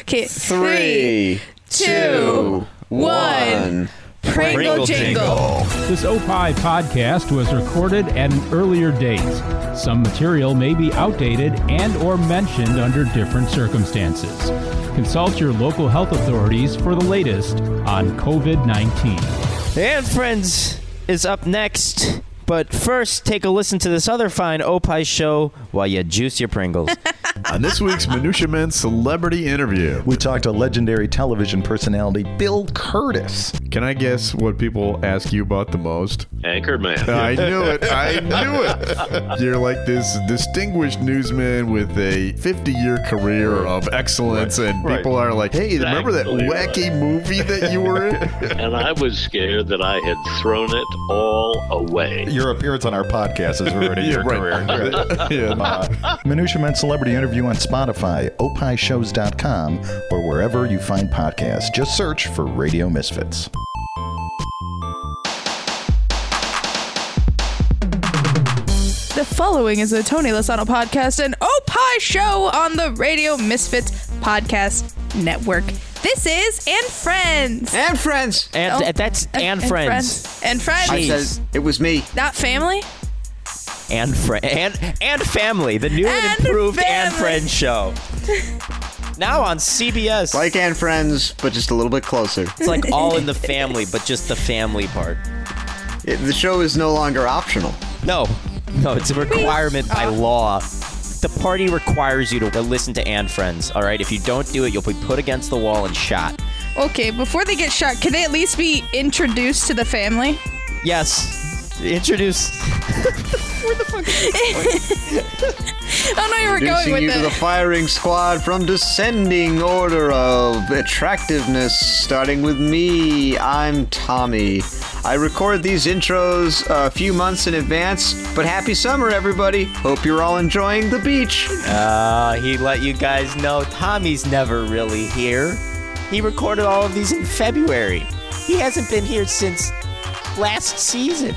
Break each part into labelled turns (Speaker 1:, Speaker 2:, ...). Speaker 1: Okay,
Speaker 2: Three, two, one.
Speaker 1: Pringle
Speaker 3: Pringle
Speaker 1: jingle.
Speaker 4: This OPI podcast was recorded at an earlier date. Some material may be outdated and or mentioned under different circumstances. Consult your local health authorities for the latest on COVID-19.
Speaker 3: And Friends is up next. But first, take a listen to this other fine Opie show while you juice your Pringles.
Speaker 5: On this week's Minutia Men celebrity interview,
Speaker 6: We talked to legendary television personality Bill Curtis.
Speaker 5: can I guess what people ask you about the most?
Speaker 7: Anchor man.
Speaker 5: I knew it. I knew it. You're like this distinguished newsman with a 50 year career of excellence, and people are like, hey, remember that
Speaker 7: Exactly
Speaker 5: wacky movie that you were in?
Speaker 7: And I was scared that I had thrown it all away.
Speaker 6: Your appearance on our podcast is already your career.
Speaker 5: yeah.
Speaker 6: Minutia Men Celebrity Interview on Spotify, opishows.com, or wherever you find podcasts. Just search for Radio Misfits.
Speaker 1: The following is the Tony Lasano podcast, an Opie show on the Radio Misfits podcast network. This is and friends.
Speaker 8: And friends.
Speaker 3: and uh,
Speaker 1: Oh.
Speaker 3: that's and, friends.
Speaker 1: And friends.
Speaker 8: I said it was me.
Speaker 1: Not family.
Speaker 3: and friend and and family, the new and,
Speaker 1: And
Speaker 3: improved and
Speaker 1: family.
Speaker 3: friend show. Now on CBS,
Speaker 8: Like and friends, but just a little bit closer.
Speaker 3: it's like all in the family, but just the family part.
Speaker 8: It- the show is no longer optional.
Speaker 3: No, no, it's a requirement
Speaker 1: Oh.
Speaker 3: by law. The party requires you to listen to and friends. All right, if you don't do it, you'll be put against the wall and shot.
Speaker 1: Okay, before they get shot, can they at least be introduced to the family?
Speaker 3: Yes, introduce.
Speaker 1: I don't know where you're going
Speaker 8: Introducing
Speaker 1: with
Speaker 8: you to the
Speaker 1: it.
Speaker 8: firing squad from descending order of attractiveness, starting with me. I'm Tommy. I record these intros a few months in advance, but happy summer, everybody. Hope you're all enjoying the beach.
Speaker 3: Uh, he let you guys know Tommy's never really here. He recorded all of these in February. He hasn't been here since last season.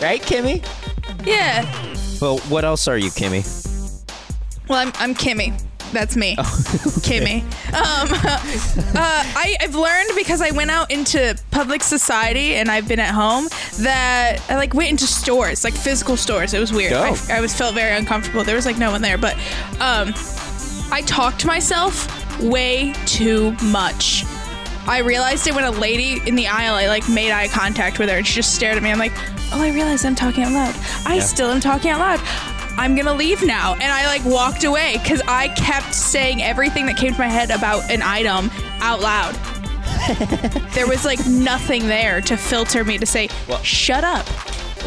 Speaker 3: Right, Kimmy?
Speaker 1: yeah.
Speaker 3: Well, what else are you, Kimmy?
Speaker 1: Well, I'm, I'm Kimmy. That's me, Kimmy. Um, uh, I, I've learned because I went out into public society and I've been at home that I like went into stores, like physical stores. It was weird.
Speaker 3: Go.
Speaker 1: I, I was felt very uncomfortable. There was like no one there, but um, I talked to myself way too much. I realized it when a lady in the aisle, I like made eye contact with her and she just stared at me. I'm like, oh, I realize I'm talking out loud. I still am talking out loud. I'm gonna leave now. And I like walked away because I kept saying everything that came to my head about an item out loud. there was like nothing there to filter me to say,
Speaker 3: Well-
Speaker 1: shut up.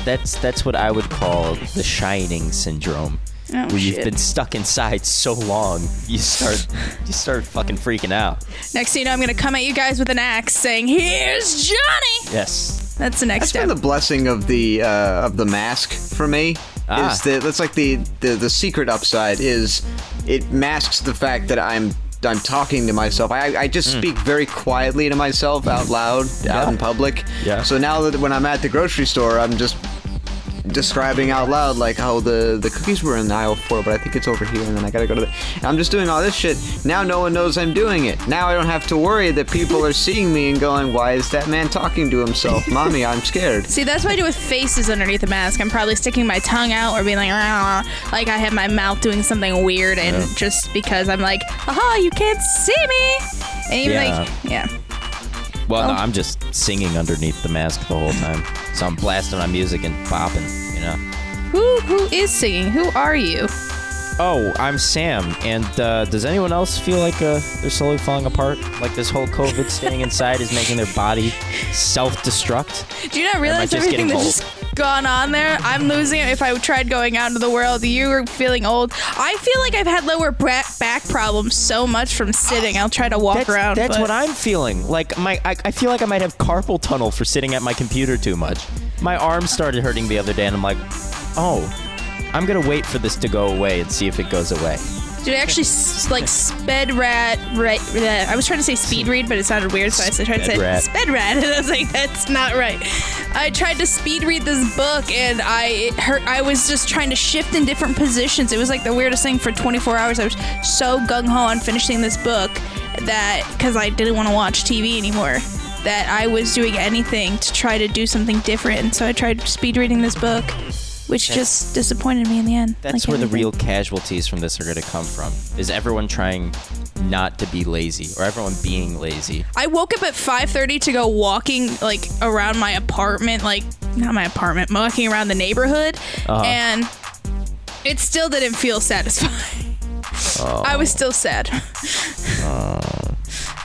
Speaker 3: That's that's what I would call the shining syndrome.
Speaker 1: Oh,
Speaker 3: where you've
Speaker 1: shit.
Speaker 3: been stuck inside so long, you start you start fucking freaking out.
Speaker 1: Next thing you know, I'm gonna come at you guys with an axe saying, here's Johnny.
Speaker 3: Yes.
Speaker 1: That's the next
Speaker 8: That's been
Speaker 1: step.
Speaker 8: the blessing of the uh, of the mask for me.
Speaker 3: Ah.
Speaker 8: Is that that's like the, the the secret upside is it masks the fact that I'm I'm talking to myself. I, I just speak very quietly to myself out loud out in public.
Speaker 3: Hmm. Yeah.
Speaker 8: So now that when I'm at the grocery store, I'm just describing out loud like how the the cookies were in aisle four but i think it's over here and then i gotta go to the and i'm just doing all this shit now no one knows i'm doing it now i don't have to worry that people are seeing me and going why is that man talking to himself mommy i'm scared
Speaker 1: See, that's what I do with faces underneath the mask. I'm probably sticking my tongue out or being like, "Ah," like I have my mouth doing something weird, and just because I'm like, aha, you can't see me. And even
Speaker 3: Yeah.
Speaker 1: like, yeah.
Speaker 3: Well, no, I'm just singing underneath the mask the whole time. So I'm blasting my music and bopping, you know.
Speaker 1: Who who is singing? Who are you?
Speaker 3: Oh, I'm Sam. And uh, does anyone else feel like uh, they're slowly falling apart? Like this whole COVID staying inside is making their body self-destruct?
Speaker 1: Do you not realize
Speaker 3: just
Speaker 1: everything
Speaker 3: getting
Speaker 1: that's
Speaker 3: old?
Speaker 1: just gone on there? I'm losing it. If I tried going out into the world, you were feeling old. I feel like I've had lower back, back problems so much from sitting. I'll try to walk
Speaker 3: That's,
Speaker 1: around.
Speaker 3: that's
Speaker 1: but-
Speaker 3: what I'm feeling. Like my, I, I feel like I might have carpal tunnel for sitting at my computer too much. My arm started hurting the other day, and I'm like, oh, I'm gonna wait for this to go away and see if it goes away.
Speaker 1: Dude, I actually s- like sped rat right. uh, I was trying to say speed read, but it sounded weird, so I s- tried to
Speaker 3: Sped
Speaker 1: say
Speaker 3: rat.
Speaker 1: sped rat, and I was like, that's not right. I tried to speed read this book, and I it hurt. I was just trying to shift in different positions. It was like the weirdest thing for 24 hours. I was so gung ho on finishing this book that because I didn't want to watch TV anymore, that I was doing anything to try to do something different. And so I tried speed reading this book, which just disappointed me in the end.
Speaker 3: That's
Speaker 1: like
Speaker 3: where the
Speaker 1: everything.
Speaker 3: real casualties from this are going to come from. Is everyone trying not to be lazy or everyone being lazy?
Speaker 1: I woke up at 5:30 to go walking like around my apartment, like not my apartment, walking around the neighborhood,
Speaker 8: Uh-huh.
Speaker 1: and it still didn't feel satisfying. I was still sad.
Speaker 8: Oh.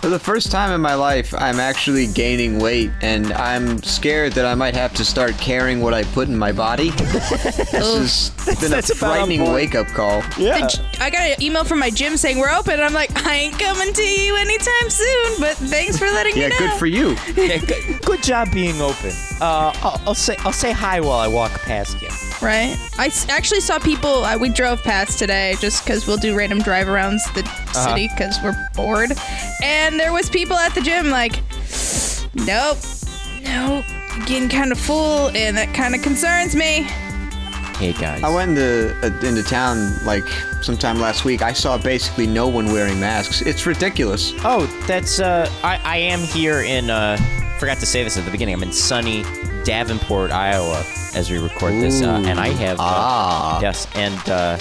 Speaker 8: For the first time in my life, I'm actually gaining weight, and I'm scared that I might have to start caring what I put in my body. this has been a
Speaker 3: that's about on
Speaker 8: frightening
Speaker 3: point.
Speaker 8: wake up call.
Speaker 1: The g- I got an email from my gym saying we're open, and I'm like, I ain't coming to you anytime soon. But thanks for letting
Speaker 8: Yeah,
Speaker 1: me know.
Speaker 8: good for you.
Speaker 3: Yeah, good, good job being open. Uh, I'll, I'll say I'll say hi while I walk past you.
Speaker 1: Right? I s- actually saw people. Uh, we drove past today just because we'll do random drive arounds the city because we're bored. And there was people at the gym like, nope, nope, getting kind of full, and that kind of concerns me.
Speaker 3: Hey guys.
Speaker 8: I went into, uh, into town like sometime last week. I saw basically no one wearing masks. It's ridiculous.
Speaker 3: Oh, that's uh, I I am here in uh, forgot to say this at the beginning. I'm in sunny Davenport, Iowa, as we record this, uh, and I have uh,
Speaker 8: Ah.
Speaker 3: yes, and uh,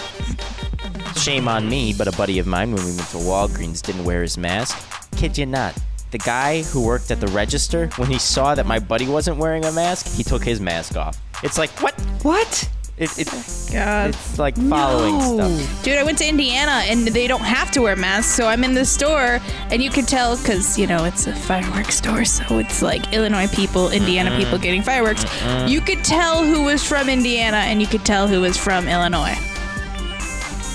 Speaker 3: shame on me, but a buddy of mine when we went to Walgreens didn't wear his mask. Kid you not. The guy who worked at the register, when he saw that my buddy wasn't wearing a mask, he took his mask off. It's like what?
Speaker 8: What?
Speaker 3: It, it,
Speaker 1: God.
Speaker 3: it's like following stuff.
Speaker 1: Dude, I went to Indiana and they don't have to wear masks, so I'm in the store and you can tell because, you know, it's a fireworks store, so it's like Illinois people, Indiana people getting fireworks. You could tell who was from Indiana and you could tell who was from Illinois.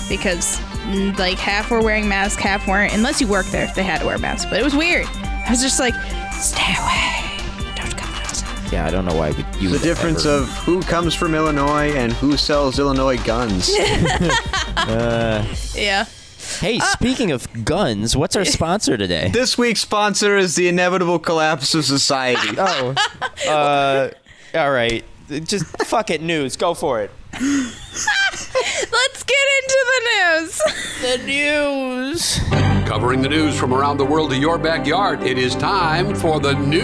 Speaker 1: Because, mm, like, half were wearing masks, half weren't, unless you worked there, they had to wear masks. But it was weird. I was just like, stay away. Don't come outside.
Speaker 3: Yeah, I don't know why we,
Speaker 8: The
Speaker 3: you. would
Speaker 8: difference
Speaker 3: ever-
Speaker 8: of who comes from Illinois and who sells Illinois guns.
Speaker 1: Yeah.
Speaker 3: hey, speaking of guns, what's our sponsor today?
Speaker 8: this week's sponsor is the inevitable collapse of society.
Speaker 3: Oh. Uh, all right. Just fuck it, news. Go for it.
Speaker 1: Let's get into the news.
Speaker 3: The news.
Speaker 9: Covering the news from around the world to your backyard, it is time for the news.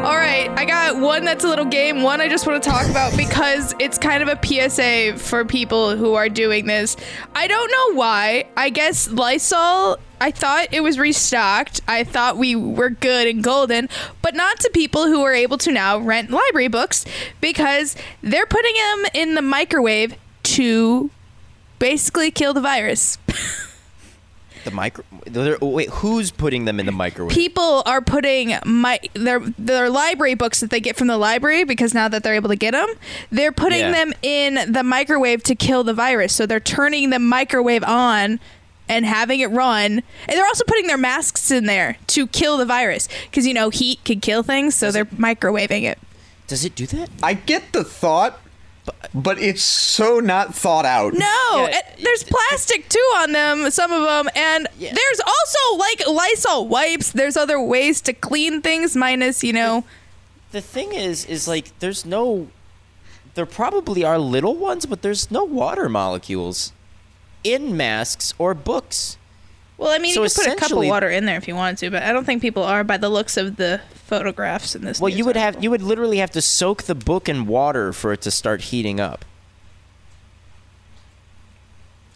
Speaker 1: All right, I got one that's a little game, one I just want to talk about because it's kind of a PSA for people who are doing this. I don't know why. I guess Lysol, I thought it was restocked. I thought we were good and golden, but not to people who are able to now rent library books because they're putting them in the microwave to basically kill the virus.
Speaker 3: The micro. they're- oh, Wait, who's putting them in the microwave?
Speaker 1: people are putting my their their library books that they get from the library because now that they're able to get them, they're putting
Speaker 3: Yeah.
Speaker 1: them in the microwave to kill the virus. So they're turning the microwave on and having it run, and they're also putting their masks in there to kill the virus because you know heat could kill things. So they're microwaving it.
Speaker 3: Does it do that?
Speaker 8: I get the thought, but it's so not thought out.
Speaker 1: No,
Speaker 3: Yeah.
Speaker 1: and there's plastic too on them, some of them, and there's also like Lysol wipes. There's other ways to clean things, minus you know.
Speaker 3: The thing is, is like, there's no. There probably are little ones, but there's no water molecules in masks or books.
Speaker 1: Well, I mean,
Speaker 3: So
Speaker 1: you could put a cup of
Speaker 3: essentially-
Speaker 1: water in there if you wanted to, but I don't think people are by the looks of the photographs in this.
Speaker 3: Well,
Speaker 1: news
Speaker 3: you would have
Speaker 1: article.
Speaker 3: you would literally have to soak the book in water for it to start heating up.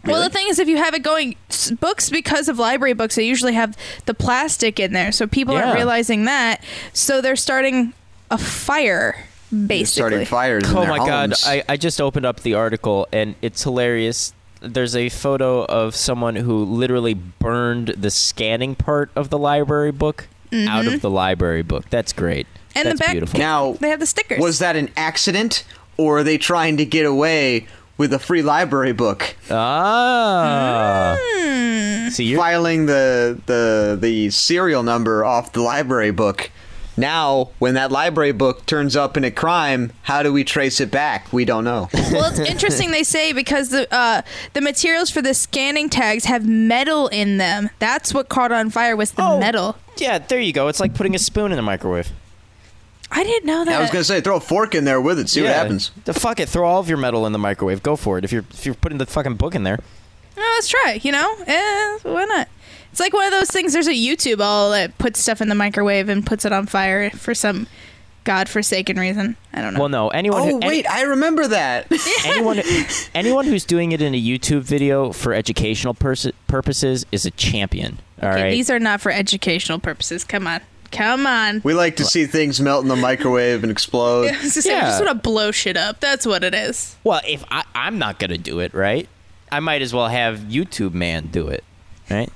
Speaker 1: Well, the thing is, if you have it going, s- books because of library books, they usually have the plastic in there, so people
Speaker 3: Yeah.
Speaker 1: aren't realizing that, so they're starting a fire, basically.
Speaker 8: They're starting fires. in
Speaker 3: Oh
Speaker 8: their
Speaker 3: my god,
Speaker 8: homes.
Speaker 3: I, I just opened up the article and it's hilarious. There's a photo of someone who literally burned the scanning part of the library book out of the library book. That's great.
Speaker 1: And the
Speaker 3: That's
Speaker 1: back-
Speaker 3: beautiful.
Speaker 8: Now
Speaker 1: They have the stickers.
Speaker 8: Was that an accident, or are they trying to get away with a free library book,
Speaker 3: ah. See, you're,
Speaker 8: filing the the the serial number off the library book? Now, when that library book turns up in a crime, how do we trace it back? We don't know.
Speaker 1: well, it's interesting they say because the uh, the materials for the scanning tags have metal in them. That's what caught on fire was the
Speaker 3: Oh.
Speaker 1: metal.
Speaker 3: yeah, there you go. It's like putting a spoon in the microwave.
Speaker 1: I didn't know that.
Speaker 8: I was gonna say, throw a fork in there with it, see
Speaker 3: Yeah.
Speaker 8: what happens.
Speaker 3: The fuck it, throw all of your metal in the microwave.
Speaker 1: "Oh,
Speaker 3: Go for it. If you're if you're putting the fucking book in there.
Speaker 1: No, let's try. You know, eh, why not? It's like one of those things. There's a YouTube all that puts stuff in the microwave and puts it on fire for some godforsaken reason. I don't know.
Speaker 3: Well, no. Anyone.
Speaker 8: Oh
Speaker 3: who, any-
Speaker 8: wait, I remember that.
Speaker 3: anyone, anyone who's doing it in a YouTube video for educational pers- purposes is a champion. All right.
Speaker 1: Okay, These are not for educational purposes. Come on. Come on.
Speaker 8: we like to see things melt in the microwave and explode.
Speaker 1: I was just saying, I
Speaker 3: Yeah.
Speaker 1: just want to blow shit up. That's what it is.
Speaker 3: well, if I, I'm not gonna do it, right? I might as well have YouTube man do it, right?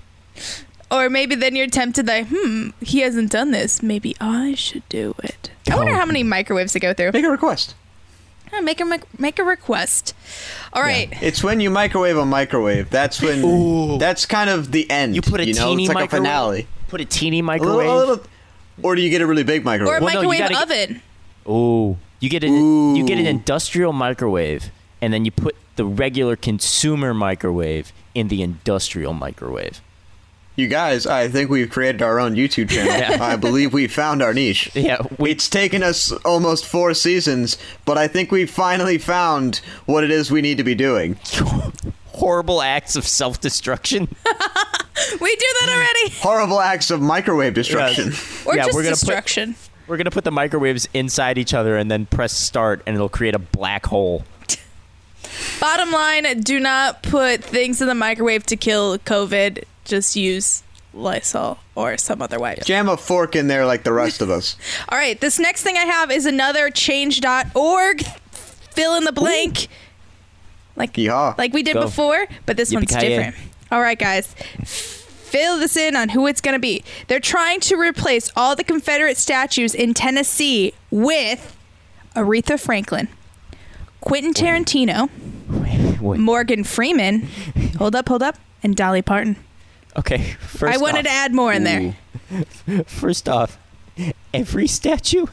Speaker 1: Or maybe then you're tempted, like, hmm, he hasn't done this. Maybe I should do it. I wonder
Speaker 3: Oh.
Speaker 1: how many microwaves to go through.
Speaker 8: Make a request.
Speaker 1: Oh, Make a mic- make a request. All right.
Speaker 8: It's when you microwave a microwave. That's when. That's kind of the end.
Speaker 3: You put a
Speaker 8: know?
Speaker 3: teeny
Speaker 8: It's like
Speaker 3: microwave.
Speaker 8: a finale.
Speaker 3: Put a teeny
Speaker 8: A little,
Speaker 3: microwave.
Speaker 8: a little, or do you get a really big
Speaker 1: Or a
Speaker 8: microwave?
Speaker 3: Well, no, you
Speaker 1: microwave
Speaker 3: gotta get-
Speaker 1: oven.
Speaker 3: Ooh, you get an you get an
Speaker 8: Ooh.
Speaker 3: industrial microwave, and then you put the regular consumer microwave in the industrial microwave.
Speaker 8: you guys, I think we've created our own YouTube channel.
Speaker 3: Yeah.
Speaker 8: I believe we found our niche.
Speaker 3: Yeah, we-
Speaker 8: it's taken us almost four seasons, but I think we finally found what it is we need to be doing.
Speaker 3: Horrible acts of self destruction.
Speaker 1: We do that already.
Speaker 8: Horrible acts of microwave destruction.
Speaker 1: Or
Speaker 3: Yeah,
Speaker 1: just
Speaker 3: we're gonna put-
Speaker 1: destruction.
Speaker 3: We're gonna put the microwaves inside each other and then press start, and it'll create a black hole.
Speaker 1: Bottom line, do not put things in the microwave to kill COVID. Just use Lysol or some other wipe.
Speaker 8: Jam a fork in there like the rest of us.
Speaker 1: All right, this next thing I have is another change.org fill in the blank. Like
Speaker 8: Yeehaw.
Speaker 1: like we did
Speaker 3: Go.
Speaker 1: before, but this one's
Speaker 3: Yippee-ki-yay.
Speaker 1: different. All right, guys. Fill this in on who it's going to be. They're trying to replace all the Confederate statues in Tennessee with Aretha Franklin, Quentin Tarantino,
Speaker 3: Wait,
Speaker 1: Morgan Freeman, hold up, hold up, and Dolly Parton.
Speaker 3: okay, first
Speaker 1: I wanted
Speaker 3: off-
Speaker 1: to add more in there.
Speaker 3: First off, every statue?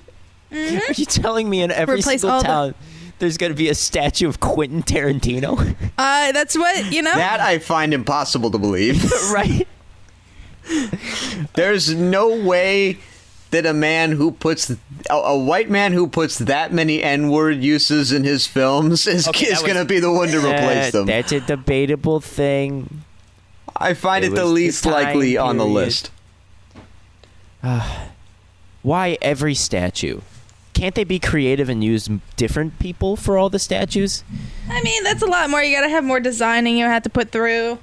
Speaker 3: Are you telling me in every
Speaker 1: Mm-hmm. Replace all
Speaker 3: single
Speaker 1: the-
Speaker 3: town there's going to be a statue of Quentin Tarantino?
Speaker 1: Uh, that's what, you know?
Speaker 8: That I find impossible to believe.
Speaker 3: right?
Speaker 8: There's no way that a man who puts a, a white man who puts that many n-word uses in his films is,
Speaker 3: Okay,
Speaker 8: is
Speaker 3: that was-
Speaker 8: going to be the one to replace
Speaker 3: Uh,
Speaker 8: them.
Speaker 3: That's a debatable thing.
Speaker 8: I find
Speaker 3: it
Speaker 8: it, the
Speaker 3: was the
Speaker 8: least
Speaker 3: time
Speaker 8: likely on the
Speaker 3: period.
Speaker 8: list.
Speaker 3: Why every statue? Can't they be creative and use m- different people for all the statues?
Speaker 1: I mean, that's a lot more. You got to have more designing you have to put through.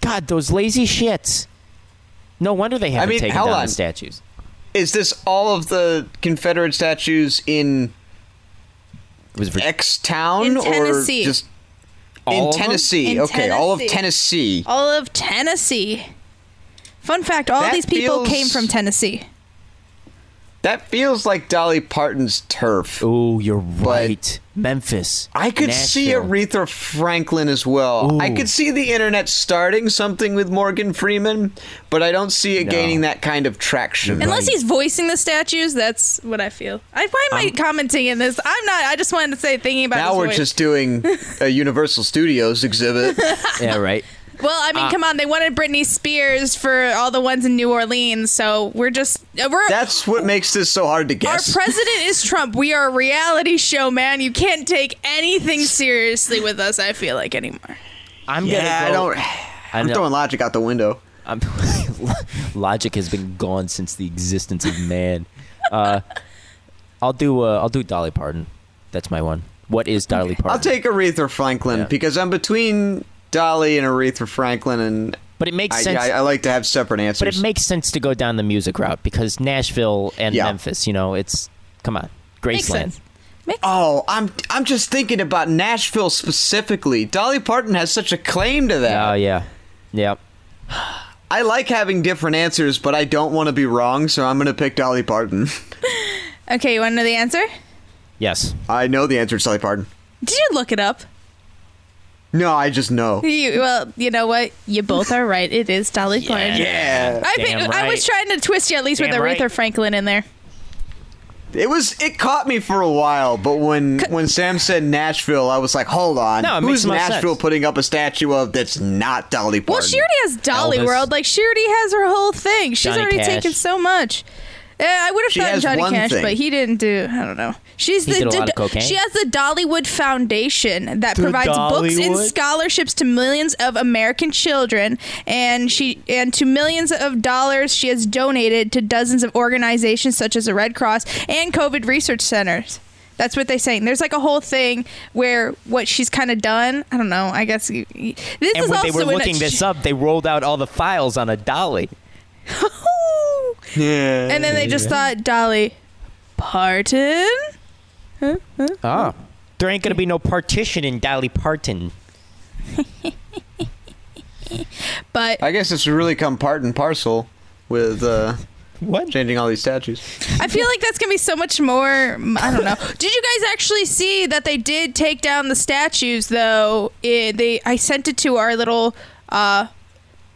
Speaker 3: God, those lazy shits. No wonder they haven't
Speaker 8: mean,
Speaker 3: taken
Speaker 8: hold
Speaker 3: down
Speaker 8: on.
Speaker 3: the statues.
Speaker 8: Is this all of the Confederate statues in
Speaker 3: It was ridiculous.
Speaker 8: X town
Speaker 1: In
Speaker 8: or
Speaker 1: Tennessee.
Speaker 8: just
Speaker 3: All
Speaker 8: in
Speaker 3: of them?
Speaker 8: Tennessee?
Speaker 1: In
Speaker 8: okay, all of
Speaker 1: Tennessee.
Speaker 8: Tennessee.
Speaker 1: All of Tennessee. Fun fact all
Speaker 8: That
Speaker 1: these people
Speaker 8: feels-
Speaker 1: came from Tennessee.
Speaker 8: That feels like Dolly Parton's turf.
Speaker 3: Oh, you're right. Memphis.
Speaker 8: I could see
Speaker 3: Nashville.
Speaker 8: Aretha Franklin as well. I could see the internet starting something with Morgan Freeman, but I don't see it gaining that kind of traction.
Speaker 1: Unless he's voicing the statues, that's what I feel. I why am I commenting in this? I'm not. I just wanted to say thinking about.
Speaker 8: Um, now
Speaker 1: his
Speaker 8: we're
Speaker 1: voice.
Speaker 8: just doing a Universal Studios exhibit.
Speaker 3: Yeah, right.
Speaker 1: Well, I mean,
Speaker 8: uh,
Speaker 1: come on. They wanted Britney Spears for all the ones in New Orleans, so we're just uh, we're.
Speaker 8: That's what makes this so hard to
Speaker 1: our
Speaker 8: guess.
Speaker 1: president is Trump. We are a reality show, man. You can't take anything seriously with us. I feel like anymore.
Speaker 3: I'm
Speaker 8: yeah, I
Speaker 3: gonna go.
Speaker 8: don't. I'm
Speaker 3: know.
Speaker 8: throwing logic out the window.
Speaker 3: I'm, logic has been gone since the existence of man. Uh, I'll do. Uh, I'll do Dolly Parton. That's my one. What is Dolly Parton?
Speaker 8: I'll take Aretha Franklin because I'm between Dolly and Aretha Franklin, and
Speaker 3: But it makes
Speaker 8: I,
Speaker 3: sense.
Speaker 8: I, I like to have separate answers.
Speaker 3: but it makes sense to go down the music route because Nashville and
Speaker 8: Yeah.
Speaker 3: Memphis. You know, it's come on,
Speaker 1: Makes
Speaker 3: Graceland.
Speaker 1: sense. Makes
Speaker 8: Oh, I'm I'm just thinking about Nashville specifically. Dolly Parton has such a claim to that.
Speaker 3: Oh yeah, yeah.
Speaker 8: I like having different answers, but I don't want to be wrong, so I'm gonna pick Dolly Parton.
Speaker 1: Okay, you want to know the answer?
Speaker 3: Yes.
Speaker 8: I know the answer to Dolly Parton.
Speaker 1: Did you look it up?
Speaker 8: No, I just know.
Speaker 1: You, well, you know what? You both are right. It is Dolly Parton.
Speaker 8: Yeah,
Speaker 1: I,
Speaker 3: Damn
Speaker 1: think- I was trying to twist you at least with
Speaker 3: Damn
Speaker 1: Aretha
Speaker 3: right.
Speaker 1: Franklin in there.
Speaker 8: it was. It caught me for a while, but when when Sam said Nashville, I was like, hold on,
Speaker 3: No, it makes
Speaker 8: who's
Speaker 3: more
Speaker 8: Nashville
Speaker 3: sense.
Speaker 8: putting up a statue of that's not Dolly Parton?
Speaker 1: Well, she already has Dolly
Speaker 3: Elvis.
Speaker 1: World. Like she already has her whole thing. She's
Speaker 3: Johnny
Speaker 1: already
Speaker 3: Cash.
Speaker 1: taken so much. Uh, I would have
Speaker 8: She
Speaker 1: thought
Speaker 8: has
Speaker 1: Johnny
Speaker 8: one
Speaker 1: Cash,
Speaker 8: thing.
Speaker 1: but he didn't do. I don't know. She's
Speaker 3: He
Speaker 1: the
Speaker 3: did a lot of
Speaker 1: d-
Speaker 3: cocaine?
Speaker 1: she has the Dollywood Foundation that provides books and
Speaker 3: Dollywood?
Speaker 1: scholarships to millions of American children, and she and to millions of dollars she has donated to dozens of organizations such as the Red Cross and COVID research centers. That's what they're saying. There's like a whole thing where what she's kind of done. I don't know. I guess you, you- this
Speaker 3: And
Speaker 1: is
Speaker 3: when
Speaker 1: also
Speaker 3: they were
Speaker 1: in a
Speaker 3: looking
Speaker 1: ch-
Speaker 3: this up, they rolled out all the files on a dolly.
Speaker 8: Yeah.
Speaker 1: and then they just thought Dolly Parton.
Speaker 3: Oh. There ain't going to be no partition in Dolly Parton.
Speaker 1: But
Speaker 8: I guess it's really come part and parcel with uh,
Speaker 3: What?
Speaker 8: changing all these statues.
Speaker 1: I feel like that's gonna be so much more. I don't know. Did you guys actually see that they did take down the statues though? It, they I sent it to our little uh,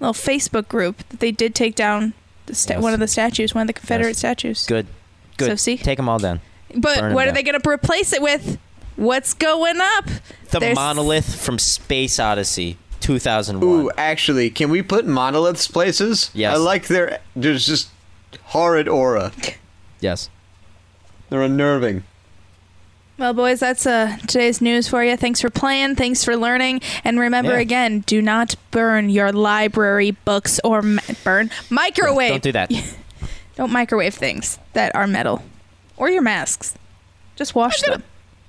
Speaker 1: little Facebook group that they did take down the sta-
Speaker 3: Yes.
Speaker 1: one of the statues, one of the Confederate
Speaker 3: Yes.
Speaker 1: statues.
Speaker 3: Good. Good.
Speaker 1: So see?
Speaker 3: Take them all down.
Speaker 1: But
Speaker 3: Burn 'em
Speaker 1: what are
Speaker 3: down.
Speaker 1: they gonna replace it with? What's going up?
Speaker 3: The
Speaker 1: There's-
Speaker 3: monolith from Space Odyssey 2001.
Speaker 8: Ooh, actually, can we put monoliths places?
Speaker 3: Yes.
Speaker 8: I like their there's just horrid aura.
Speaker 3: Yes.
Speaker 8: They're unnerving.
Speaker 1: Well, boys, that's uh, today's news for you. Thanks for playing. Thanks for learning. And remember
Speaker 3: Yeah.
Speaker 1: again, do not burn your library books or ma- burn microwave.
Speaker 3: Don't do that.
Speaker 1: Don't microwave things that are metal or your masks. Just wash them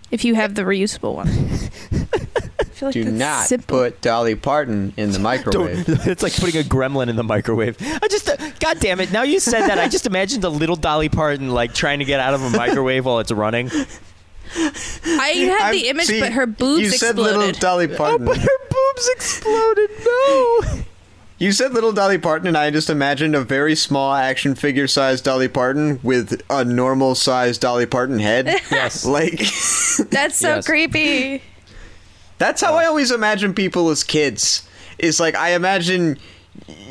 Speaker 1: if you have the reusable one. I feel like
Speaker 8: Do
Speaker 1: that's
Speaker 8: not
Speaker 1: simple.
Speaker 8: put Dolly Parton in the microwave.
Speaker 3: it's like putting a gremlin in the microwave. I just, god damn it! Now you said that, I just imagined a little Dolly Parton like trying to get out of a microwave while it's running.
Speaker 1: I had
Speaker 8: I'm-
Speaker 1: the image,
Speaker 8: see,
Speaker 1: but her boobs
Speaker 8: You said little
Speaker 1: exploded. Oh,
Speaker 8: Dolly Parton.
Speaker 3: boobs exploded. No.
Speaker 8: You said little Dolly Parton, and I just imagined a very small action figure sized Dolly Parton with a normal sized Dolly Parton head.
Speaker 3: Yes.
Speaker 8: like,
Speaker 1: that's so
Speaker 3: Yes.
Speaker 1: creepy.
Speaker 8: that's how I always imagine people as kids. Is like, I imagine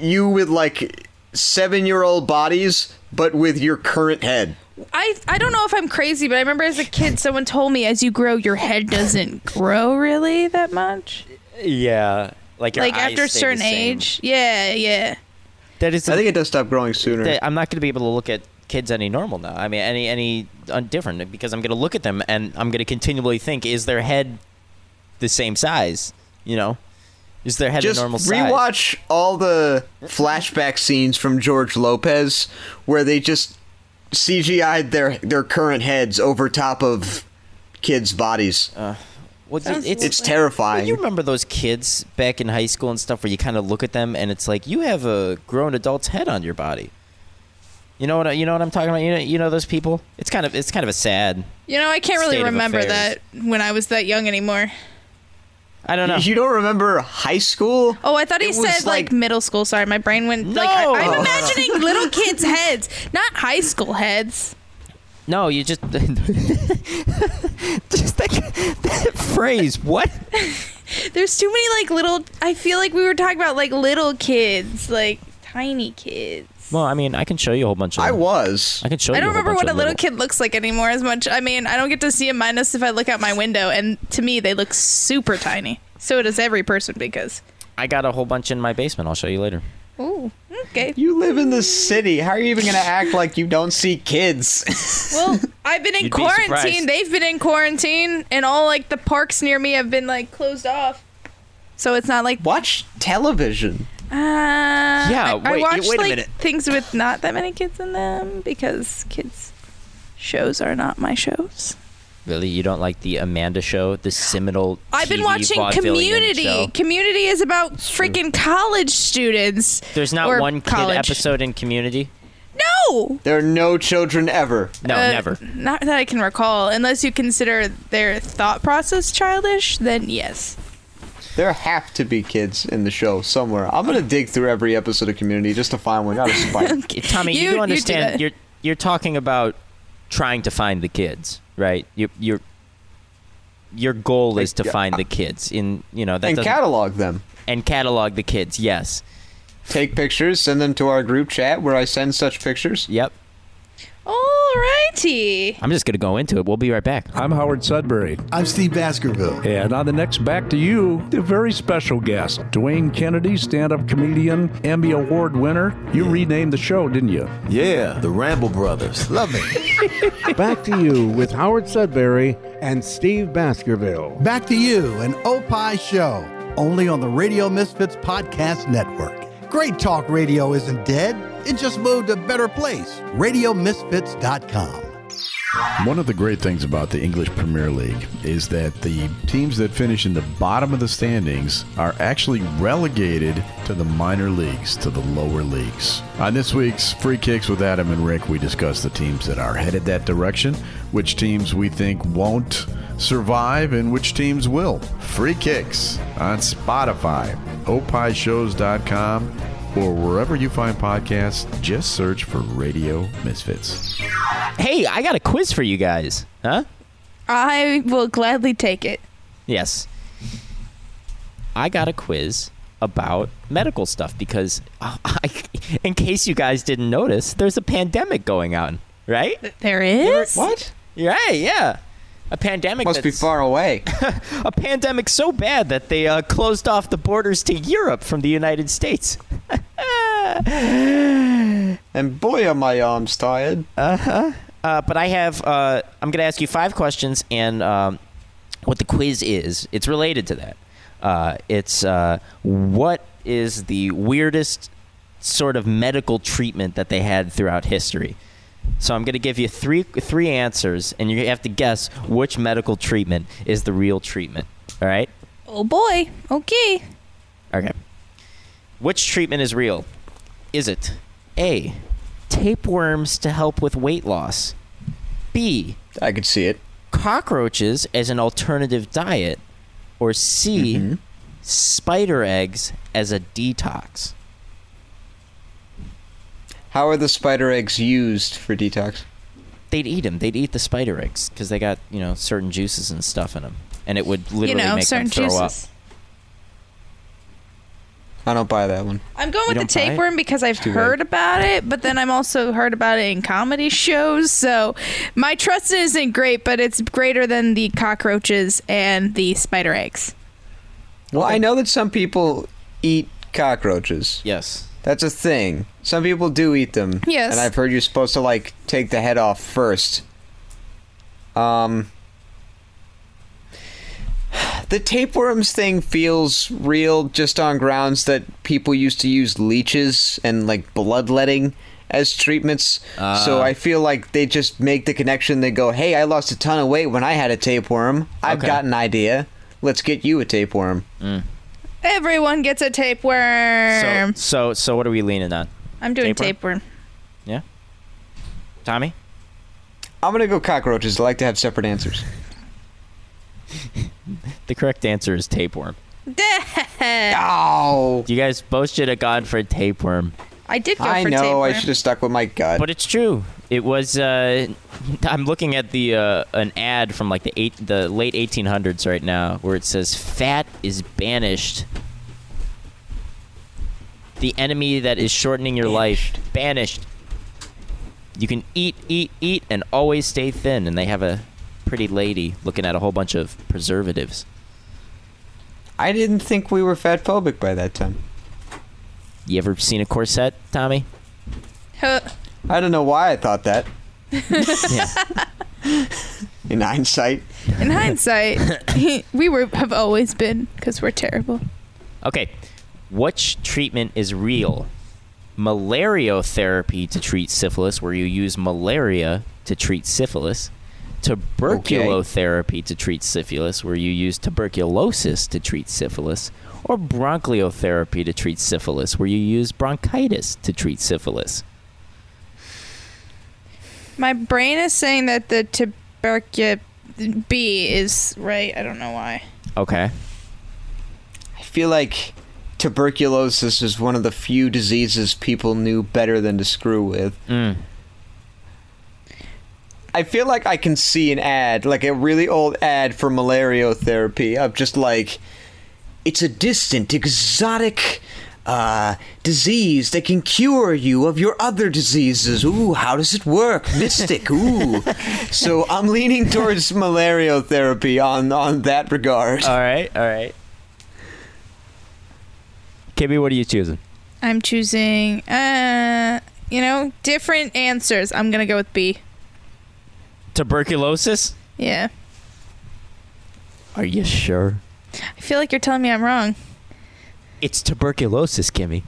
Speaker 8: you with like seven year old bodies, but with your current head.
Speaker 1: I I don't know if I'm crazy, but I remember as a kid, someone told me as you grow, your head doesn't grow really that much.
Speaker 3: Yeah. Like your
Speaker 1: like
Speaker 3: eyes
Speaker 1: after a
Speaker 3: stay the
Speaker 1: certain
Speaker 3: same.
Speaker 1: age. Yeah, yeah.
Speaker 3: That is.
Speaker 8: I think it does stop growing sooner.
Speaker 3: that I'm not going to be able to look at kids any normal now. I mean, any any uh, different because I'm going to look at them and I'm going to continually think: Is their head the same size? You know, is their head
Speaker 8: just
Speaker 3: a normal size?
Speaker 8: rewatch all the flashback scenes from George Lopez where they just CGI'd their their current heads over top of kids' bodies.
Speaker 3: Well,
Speaker 1: Sounds
Speaker 3: it's
Speaker 8: it's
Speaker 3: Well,
Speaker 8: terrifying.
Speaker 3: Uh. you remember those kids back in high school and stuff where you kind of look at them and it's like you have a grown adult's head on your body. You know what I- you know what I'm talking about? You know you know those people? It's kind of it's kind of a sad.
Speaker 1: You know, I can't really
Speaker 3: State of
Speaker 1: remember
Speaker 3: affairs.
Speaker 1: that when I was that young anymore.
Speaker 3: I don't know.
Speaker 8: You don't remember high school?
Speaker 1: Oh, I thought he
Speaker 8: It was
Speaker 1: said like, middle school. Sorry, my brain went like I,
Speaker 3: No!
Speaker 1: I'm imagining little kids' heads, not high school heads.
Speaker 3: No, you just just that, that phrase. What?
Speaker 1: There's too many like little. I feel like we were talking about like little kids, like tiny kids.
Speaker 3: Well, I mean, I can show you a whole bunch of.
Speaker 8: I
Speaker 3: them.
Speaker 8: was.
Speaker 3: I can show
Speaker 1: I
Speaker 3: you.
Speaker 1: don't
Speaker 3: a whole
Speaker 1: remember
Speaker 3: bunch
Speaker 1: what a
Speaker 3: of
Speaker 1: little kid looks like anymore as much. I mean, I don't get to see him minus if I look out my window, and to me, they look super tiny. So does every person because.
Speaker 3: I got a whole bunch in my basement. I'll show you later.
Speaker 1: Ooh, okay.
Speaker 8: You live in the city. How are you even going to act like you don't see kids?
Speaker 1: Well, I've been in
Speaker 3: You'd be
Speaker 1: quarantine.
Speaker 3: surprised.
Speaker 1: They've been in quarantine, and all like the parks near me have been like closed off. So it's not like
Speaker 8: Watch television.
Speaker 1: uh, yeah. I,
Speaker 3: wait-
Speaker 1: I watch
Speaker 3: wait a
Speaker 1: like
Speaker 3: minute.
Speaker 1: things with not that many kids in them because kids shows are not my shows.
Speaker 3: Really, you don't like the Amanda show, the seminal.
Speaker 1: I've been
Speaker 3: TV
Speaker 1: watching
Speaker 3: vaudevillian
Speaker 1: Community.
Speaker 3: show?
Speaker 1: Community is about freaking college students.
Speaker 3: There's not
Speaker 1: or
Speaker 3: one kid
Speaker 1: college.
Speaker 3: episode in Community.
Speaker 1: No,
Speaker 8: There are no children ever.
Speaker 3: No,
Speaker 1: Uh,
Speaker 3: never.
Speaker 1: Not that I can recall, unless you consider their thought process childish. Then yes.
Speaker 8: There have to be kids in the show somewhere. I'm going to dig through every episode of Community just to find one out of spite.
Speaker 3: Tommy, you,
Speaker 1: You-
Speaker 3: do
Speaker 1: you do
Speaker 3: understand.
Speaker 1: that.
Speaker 3: You are you're talking about trying to find the kids, right? Your your your goal is to
Speaker 8: yeah,
Speaker 3: find the kids in you know that
Speaker 8: and
Speaker 3: doesn't-
Speaker 8: catalog them.
Speaker 3: and catalog the kids. Yes.
Speaker 8: take pictures, send them to our group chat where I send such pictures.
Speaker 3: Yep.
Speaker 1: Oh, righty.
Speaker 3: I'm just going to go into it. We'll be right back.
Speaker 10: I'm Howard Sudbury.
Speaker 11: I'm Steve Baskerville.
Speaker 10: And on the next Back to You, the very special guest, Dwayne Kennedy, stand up comedian, Emmy Award winner. You renamed the show, didn't you?
Speaker 11: Yeah, the Ramble Brothers. Love me.
Speaker 12: Back to You with Howard Sudbury and Steve Baskerville.
Speaker 13: Back to You, an Opie show, only on the Radio Misfits Podcast Network. Great talk radio isn't dead, it just moved to a better place. RadioMisfits.com.
Speaker 5: One of the great things about the English Premier League is that the teams that finish in the bottom of the standings are actually relegated to the minor leagues, to the lower leagues. On this week's Free Kicks with Adam and Rick, we discuss the teams that are headed that direction, which teams we think won't survive, and which teams will. Free Kicks on Spotify, opishows.com, or wherever you find podcasts, just search for Radio Misfits.
Speaker 3: Hey, I got a quiz for you guys. Huh?
Speaker 1: I will gladly take it.
Speaker 3: Yes. I got a quiz about medical stuff because, uh, I, in case you guys didn't notice, there's a pandemic going on, right?
Speaker 1: There is?
Speaker 3: What? Right, yeah. A pandemic
Speaker 8: Must be
Speaker 3: that's-
Speaker 8: far away.
Speaker 3: a pandemic so bad that they uh, closed off the borders to Europe from the United States.
Speaker 8: and boy, are my arms tired.
Speaker 3: Uh, but I have. Uh, I'm going to ask you five questions, and um, what the quiz is, it's related to that. Uh, it's uh, what is the weirdest sort of medical treatment that they had throughout history. So I'm going to give you three three answers, and you have to guess which medical treatment is the real treatment. All right.
Speaker 1: Oh boy. Okay.
Speaker 3: Okay. Which treatment is real? Is it A, tapeworms to help with weight loss? B,
Speaker 8: I could see it.
Speaker 3: cockroaches as an alternative diet? Or C, spider eggs as a detox?
Speaker 8: How are the spider eggs used for detox?
Speaker 3: They'd eat them. They'd eat the spider eggs because they got, you know, certain juices and stuff in them. And it would literally
Speaker 1: you know,
Speaker 3: make them
Speaker 1: certain
Speaker 3: throw up.
Speaker 1: juices.
Speaker 8: I don't buy that one.
Speaker 1: I'm going
Speaker 3: You
Speaker 1: with the
Speaker 3: don't buy it?
Speaker 1: tapeworm because I've heard about it, but then I'm also heard about it in comedy shows. So my trust isn't great, but it's greater than the cockroaches and the spider eggs.
Speaker 8: Well, I know that some people eat cockroaches.
Speaker 3: Yes.
Speaker 8: That's a thing. Some people do eat them.
Speaker 1: Yes.
Speaker 8: And I've heard you're supposed to like take the head off first. Um The tapeworms thing feels real just on grounds that people used to use leeches and like bloodletting as treatments. so I feel like they just make the connection. They go, "Hey, I lost a ton of weight when I had a tapeworm. I've
Speaker 3: Okay.
Speaker 8: got an idea. Let's get you a tapeworm."
Speaker 1: Everyone gets a tapeworm.
Speaker 3: So, so, so what are we leaning on?
Speaker 1: I'm doing
Speaker 3: tapeworm?
Speaker 1: tapeworm.
Speaker 3: Yeah? Tommy?
Speaker 8: I'm gonna go cockroaches. I like to have separate answers.
Speaker 3: The correct answer is tapeworm.
Speaker 8: Oh,
Speaker 3: You guys both should have gone for tapeworm.
Speaker 1: I did go
Speaker 8: I
Speaker 1: for
Speaker 8: know. I
Speaker 1: tapeworm.
Speaker 8: should have stuck with my gut.
Speaker 3: But it's true. It was. Uh, I'm looking at the uh, an ad from like the eight, the late 1800s right now, where it says fat is banished. The enemy that is shortening your life banished. You can eat, eat, eat, and always stay thin. And they have a pretty lady looking at a whole bunch of preservatives.
Speaker 8: I didn't think we were fat phobic by that time.
Speaker 3: You ever seen a corset, Tommy?
Speaker 1: Huh.
Speaker 8: I don't know why I thought that.
Speaker 3: Yeah.
Speaker 8: In hindsight,
Speaker 1: In hindsight, we were have always been because we're terrible.
Speaker 3: Okay. Which treatment is real? Malaria therapy to treat syphilis, where you use malaria to treat syphilis. Tuberculotherapy to treat syphilis, where you use tuberculosis to treat syphilis. Or broncholiotherapy to treat syphilis, where you use bronchitis to treat syphilis.
Speaker 1: My brain is saying that the tuberculosis B is right. I don't know why.
Speaker 3: Okay.
Speaker 8: I feel like tuberculosis is one of the few diseases people knew better than to screw with.
Speaker 3: Mm.
Speaker 8: I feel like I can see an ad, like a really old ad for malaria therapy. I'm just like, it's a distant, exotic, uh, disease that can cure you of your other diseases. Ooh, how does it work? Mystic. Ooh. so I'm leaning towards malaria therapy on on that regard.
Speaker 3: All right, all right. Kimmy, what are you choosing?
Speaker 1: I'm choosing, uh, you know, different answers. I'm gonna go with B.
Speaker 3: Tuberculosis?
Speaker 1: Yeah.
Speaker 3: Are you sure?
Speaker 1: I feel like you're telling me I'm wrong.
Speaker 3: It's tuberculosis, Kimmy.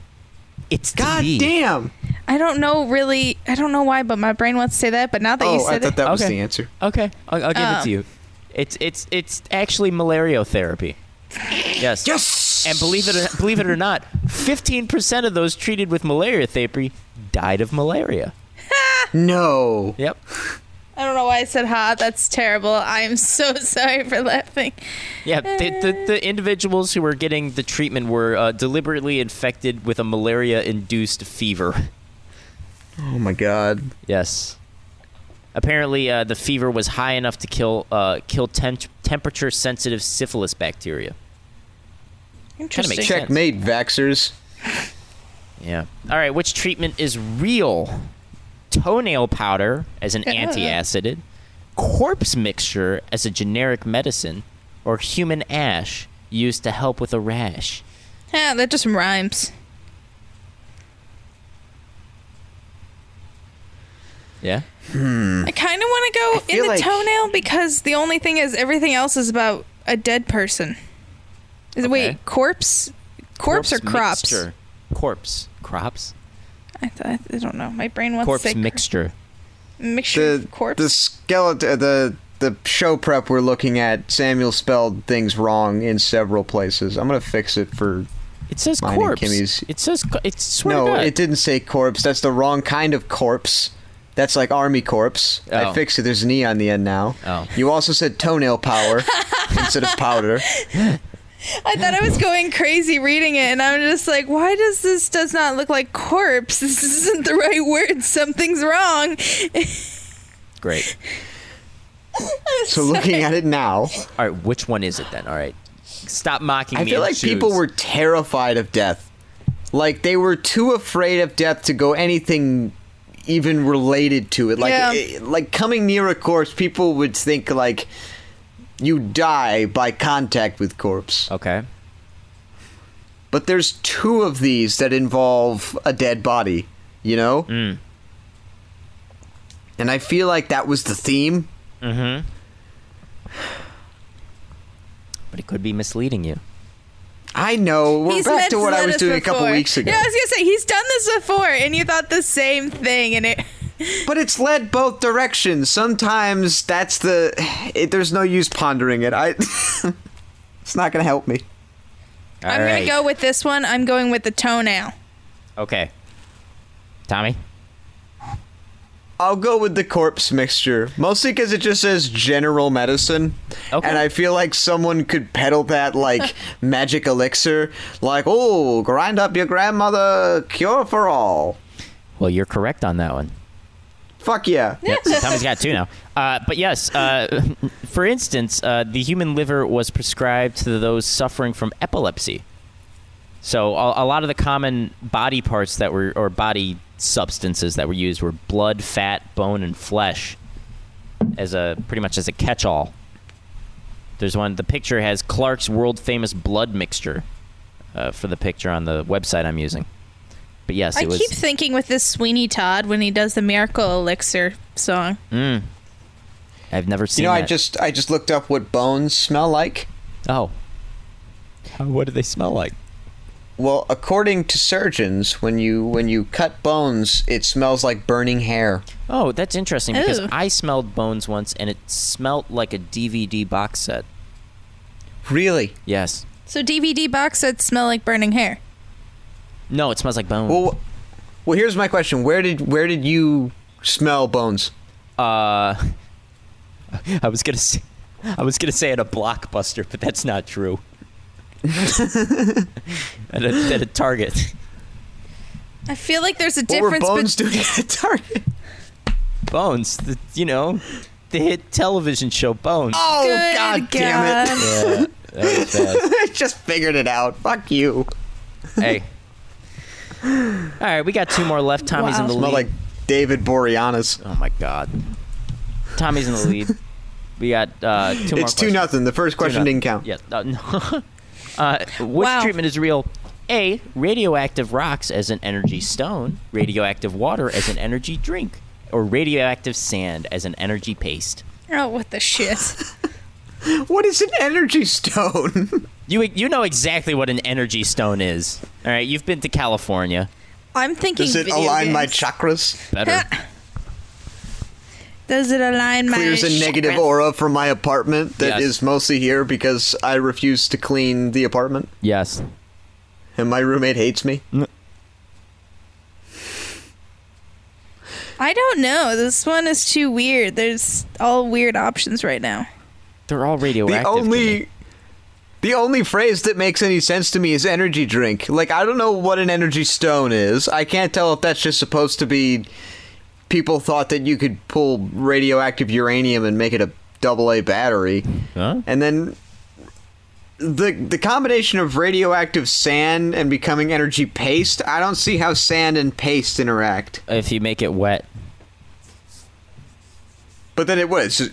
Speaker 3: It's
Speaker 8: God damn.
Speaker 1: I don't know really. I don't know why, but my brain wants to say that. But now
Speaker 8: Oh,
Speaker 1: that you said it,
Speaker 3: Okay. Okay, I'll, I'll give it
Speaker 1: Oh.
Speaker 8: Um.
Speaker 3: to you. It's it's it's actually malaria therapy. Yes.
Speaker 8: Yes.
Speaker 3: And believe it or, believe it or not, fifteen percent of those treated with malaria therapy died of malaria.
Speaker 8: no.
Speaker 3: Yep.
Speaker 1: I don't know why I said ha. That's terrible. I am so sorry for laughing.
Speaker 3: Yeah, the, the, the individuals who were getting the treatment were uh, deliberately infected with a malaria induced fever.
Speaker 8: Oh my god.
Speaker 3: Yes. Apparently, uh, the fever was high enough to kill uh, kill temp- temperature sensitive syphilis bacteria. Kinda makes sense.
Speaker 8: Checkmate, vaxxers.
Speaker 3: Yeah. All right, which treatment is real? Toenail powder as an
Speaker 8: Ugh.
Speaker 3: antacid, corpse mixture as a generic medicine, or human ash used to help with a rash.
Speaker 1: Yeah, that just rhymes.
Speaker 3: Yeah.
Speaker 1: I kind of want to go in
Speaker 3: feel
Speaker 1: the
Speaker 3: like-
Speaker 1: toenail because the only thing is everything else is about a dead person. Is wait corpse, corpse, or crops?
Speaker 3: mixture. Corpse. Crops.
Speaker 1: I, th- I don't know. My brain wants
Speaker 3: Corpse
Speaker 1: to say
Speaker 3: mixture.
Speaker 1: mixture
Speaker 8: The
Speaker 1: of corpse.
Speaker 8: the skeleton uh, the the show prep we're looking at. Samuel spelled things wrong in several places. I'm gonna fix it for.
Speaker 3: It says
Speaker 8: mine and
Speaker 3: corpse.
Speaker 8: Kimmy's.
Speaker 3: It says co- it's swear to
Speaker 8: No,
Speaker 3: God.
Speaker 8: it didn't say corpse. That's the wrong kind of corpse. That's like army corpse.
Speaker 3: Oh.
Speaker 8: I fixed it. There's an e on the end now.
Speaker 3: Oh.
Speaker 8: You also said toenail power instead of powder.
Speaker 1: I thought I was going crazy reading it, and I'm just like, why does this does not look like corpse? This isn't the right word. Something's wrong.
Speaker 3: Great.
Speaker 8: So looking at it now.
Speaker 3: All right, which one is it then? All right. Stop mocking
Speaker 8: I
Speaker 3: me.
Speaker 8: feel
Speaker 3: and
Speaker 8: like people
Speaker 3: choose.
Speaker 8: were terrified of death. Like they were too afraid of death to go anything even related to it. Like
Speaker 1: Yeah.
Speaker 8: it- like coming near a corpse, people would think like you die by contact with corpse.
Speaker 3: Okay.
Speaker 8: But there's two of these that involve a dead body, you know? And I feel like that was the theme.
Speaker 3: Mm-hmm. But it could be misleading you.
Speaker 8: I know. We're
Speaker 1: He's
Speaker 8: back
Speaker 1: meant
Speaker 8: to what I
Speaker 1: let
Speaker 8: was
Speaker 1: us
Speaker 8: doing a couple
Speaker 1: before.
Speaker 8: weeks ago.
Speaker 1: Yeah, I was gonna say he's done this before, and you thought the same thing, and it.
Speaker 8: But it's led both directions. Sometimes that's the. It, there's no use pondering it. I. it's not gonna help me.
Speaker 1: I'm gonna go with this one. I'm going with the toenail.
Speaker 3: Okay. Tommy?
Speaker 8: I'll go with the corpse mixture, mostly because it just says general medicine, okay. and I feel like someone could peddle that like magic elixir, like oh, grind up your grandmother, cure for all.
Speaker 3: Well, you're correct on that one.
Speaker 8: Fuck yeah.
Speaker 3: Yep, so Tommy's got two now. Uh, but yes, uh, for instance, uh, the human liver was prescribed to those suffering from epilepsy. So a, a lot of the common body parts that were, or body substances that were used were blood, fat, bone, and flesh as a, pretty much as a catch-all. There's one, the picture has Clark's world-famous blood mixture uh, for the picture on the website I'm using. But yes,
Speaker 1: I
Speaker 3: it was...
Speaker 1: keep thinking with this Sweeney Todd when he does the Miracle Elixir song.
Speaker 3: Mm. I've never seen
Speaker 8: You know, I
Speaker 3: that.
Speaker 8: just I just looked up what bones smell like.
Speaker 3: Oh. Uh, What do they smell like?
Speaker 8: Well, according to surgeons, when you when you cut bones, it smells like burning hair.
Speaker 3: Oh, that's interesting because
Speaker 8: Ooh.
Speaker 3: I smelled bones once and it smelled like a DVD box set.
Speaker 8: Really?
Speaker 3: Yes.
Speaker 1: So DVD box sets smell like burning hair.
Speaker 3: No, it smells like bones.
Speaker 8: Well, well, here's my question: Where did where did you smell bones?
Speaker 3: Uh, I was gonna say, I was gonna say at a blockbuster, but that's not true. at, a, at a Target.
Speaker 1: I feel like there's a
Speaker 8: What were
Speaker 1: difference.
Speaker 8: bones
Speaker 1: bet-
Speaker 8: doing at Target?
Speaker 3: Bones, the, you know, the hit television show Bones.
Speaker 8: Oh
Speaker 1: Good
Speaker 8: God, damn
Speaker 1: God.
Speaker 8: it!
Speaker 3: Yeah, that was bad.
Speaker 8: I just figured it out. Fuck you.
Speaker 3: hey, All right, we got two more left. Tommy's in the
Speaker 8: Smell
Speaker 3: lead.
Speaker 8: like David Boreanaz.
Speaker 3: Oh my god. Tommy's in the lead. We got uh, two more.
Speaker 8: It's two nothing. The first question didn't count.
Speaker 3: Yeah. uh, no. uh, which treatment is real? A. Radioactive rocks as an energy stone. Radioactive water as an energy drink. Or radioactive sand as an energy paste.
Speaker 1: Oh, what the shit?
Speaker 8: what is an energy stone?
Speaker 3: you you know exactly what an energy stone is. All right, you've been to California.
Speaker 1: I'm thinking. video games.
Speaker 8: chakras?
Speaker 3: Better.
Speaker 1: Does it align my?
Speaker 8: Clears a negative
Speaker 1: chakra?
Speaker 8: aura from my apartment that is
Speaker 3: Yes.
Speaker 8: mostly here because I refuse to clean the apartment.
Speaker 3: Yes.
Speaker 8: And my roommate hates me.
Speaker 1: I don't know. This one is too weird. There's all weird options right now.
Speaker 3: They're all radioactive.
Speaker 8: The only the only phrase that makes any sense to me is energy drink. Like I don't know what an energy stone is. I can't tell if that's just supposed to be people thought that you could pull radioactive uranium and make it a double A battery. And then the the combination of radioactive sand and becoming energy paste, I don't see how sand and paste interact.
Speaker 3: If you make it wet.
Speaker 8: But then it was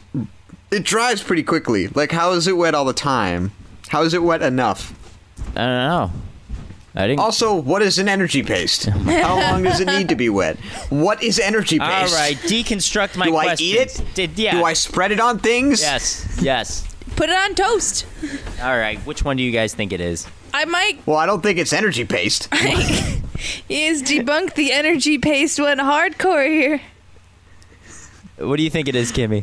Speaker 8: it dries pretty quickly. Like how is it wet all the time? How is it wet enough?
Speaker 3: I don't know. I didn't
Speaker 8: Also, what is an energy paste? How long does it need to be wet? What is energy
Speaker 3: Oh All
Speaker 8: paste?
Speaker 3: right, deconstruct my
Speaker 8: Do I
Speaker 3: questions.
Speaker 8: eat it?
Speaker 3: Did, yeah.
Speaker 8: Do I spread it on things?
Speaker 3: Yes. Yes.
Speaker 1: Put it on toast.
Speaker 3: All right, which one do you guys think it is?
Speaker 1: I might
Speaker 8: Well, I don't think it's energy paste.
Speaker 1: is debunk the energy paste one hardcore here.
Speaker 3: What do you think it is, Kimmy?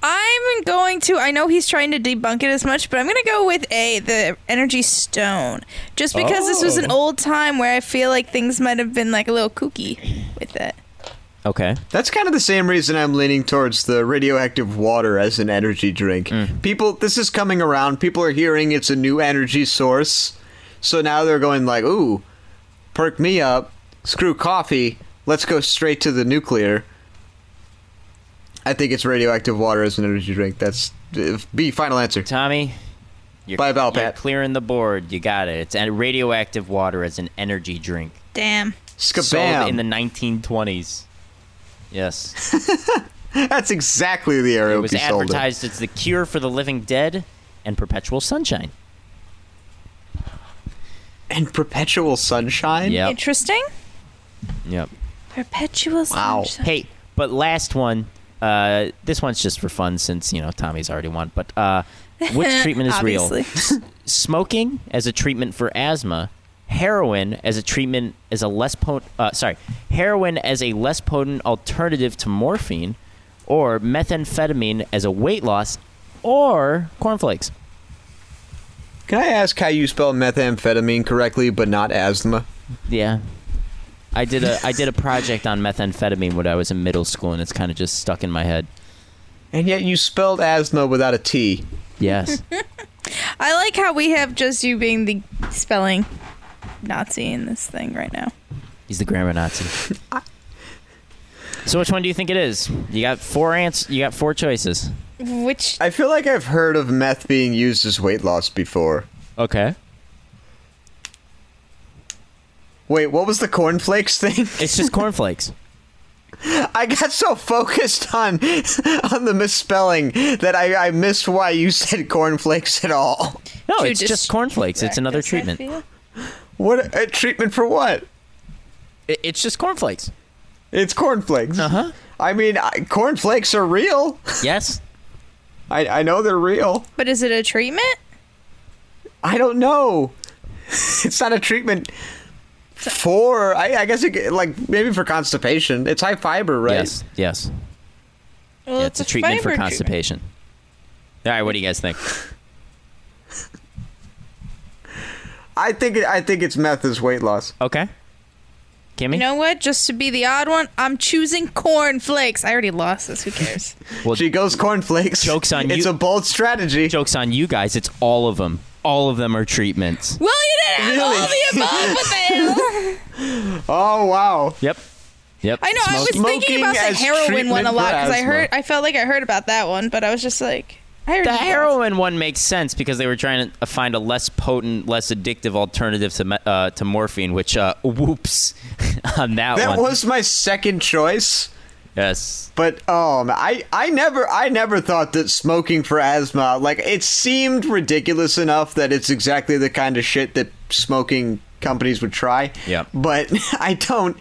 Speaker 1: I'm going to. I know he's trying to debunk it as much, but I'm going to go with A, the energy stone. Just because this was an
Speaker 3: Oh.
Speaker 1: old time where I feel like things might have been like a little kooky with it.
Speaker 3: Okay.
Speaker 8: That's kind of the same reason I'm leaning towards the radioactive water as an energy drink.
Speaker 3: Hmm.
Speaker 8: People, this is coming around. People are hearing it's a new energy source. So now they're going like, ooh, perk me up, screw coffee, let's go straight to the nuclear. I think it's radioactive water as an energy drink. That's uh, B, final answer.
Speaker 3: Tommy? You're,
Speaker 8: Bye, Valpat.
Speaker 3: You're clearing the board. You got it. It's en- radioactive water as an energy drink.
Speaker 1: Damn.
Speaker 3: Sold in the 1920s. Yes.
Speaker 8: That's exactly the era
Speaker 3: It was
Speaker 8: we sold it.
Speaker 3: advertised as the cure for the living dead and perpetual sunshine.
Speaker 8: And perpetual sunshine?
Speaker 3: Yep.
Speaker 1: Interesting.
Speaker 3: Yep.
Speaker 1: Perpetual
Speaker 3: Wow.
Speaker 1: sunshine.
Speaker 3: Hey, but last one. Uh, this one's just for fun since you know Tommy's already won. But uh, which treatment is real?
Speaker 1: Obviously.
Speaker 3: S- Smoking as a treatment for asthma, heroin as a treatment as a less potent. Uh, sorry, heroin as a less potent alternative to morphine, or methamphetamine as a weight loss, or cornflakes.
Speaker 8: Can I ask how you spell methamphetamine correctly, but not asthma?
Speaker 3: Yeah. I did a I did a project on methamphetamine when I was in middle school, and it's kind of just stuck in my head.
Speaker 8: And yet you spelled asthma without a T.
Speaker 3: Yes.
Speaker 1: I like how we have just you being the spelling Nazi in this thing right now.
Speaker 3: He's the grammar Nazi. so which one do you think it is? You got four ants. You got four choices.
Speaker 1: Which
Speaker 8: I feel like I've heard of meth being used as weight loss before.
Speaker 3: Okay.
Speaker 8: Wait, what was the cornflakes thing?
Speaker 3: It's just cornflakes.
Speaker 8: I got so focused on on the misspelling that I, I missed why you said cornflakes at all.
Speaker 3: No, Oh, it's just cornflakes. It's another treatment.
Speaker 8: What a treatment for what?
Speaker 3: It, it's just cornflakes.
Speaker 8: It's cornflakes. Uh huh. I mean, I, cornflakes are real.
Speaker 3: Yes.
Speaker 8: I I know they're real.
Speaker 1: But is it a treatment?
Speaker 8: I don't know. It's not a treatment for. I, I guess it, could- like maybe for constipation. It's high fiber, right?
Speaker 3: Yes. Yes.
Speaker 1: Well,
Speaker 3: Yeah, it's, a treatment for
Speaker 1: fiber
Speaker 3: constipation. All right. What do you guys think?
Speaker 8: I think it- I think it's meth is weight loss.
Speaker 3: Okay. Kimmy.
Speaker 1: You know what? Just to be the odd one, I'm choosing cornflakes. I already lost this. Who cares?
Speaker 3: Well, she
Speaker 8: goes cornflakes.
Speaker 3: Jokes on you.
Speaker 8: It's a bold strategy.
Speaker 3: Jokes on you guys. It's all of them. All of them are treatments.
Speaker 1: well, you didn't have all of the above, what the hell?
Speaker 8: Oh wow.
Speaker 3: Yep. Yep.
Speaker 1: I know. I was thinking about the heroin one a lot because I heard. I felt like I heard about that one, but I was just like,
Speaker 3: the heroin one makes sense because they were trying to uh, find a less potent, less addictive alternative to me- uh, to morphine. Which uh, whoops on that,
Speaker 8: That
Speaker 3: one.
Speaker 8: was my second choice.
Speaker 3: Yes.
Speaker 8: But um, I I never I never thought that smoking for asthma like it seemed ridiculous enough that it's exactly the kind of shit that smoking companies would try.
Speaker 3: Yeah.
Speaker 8: But I don't.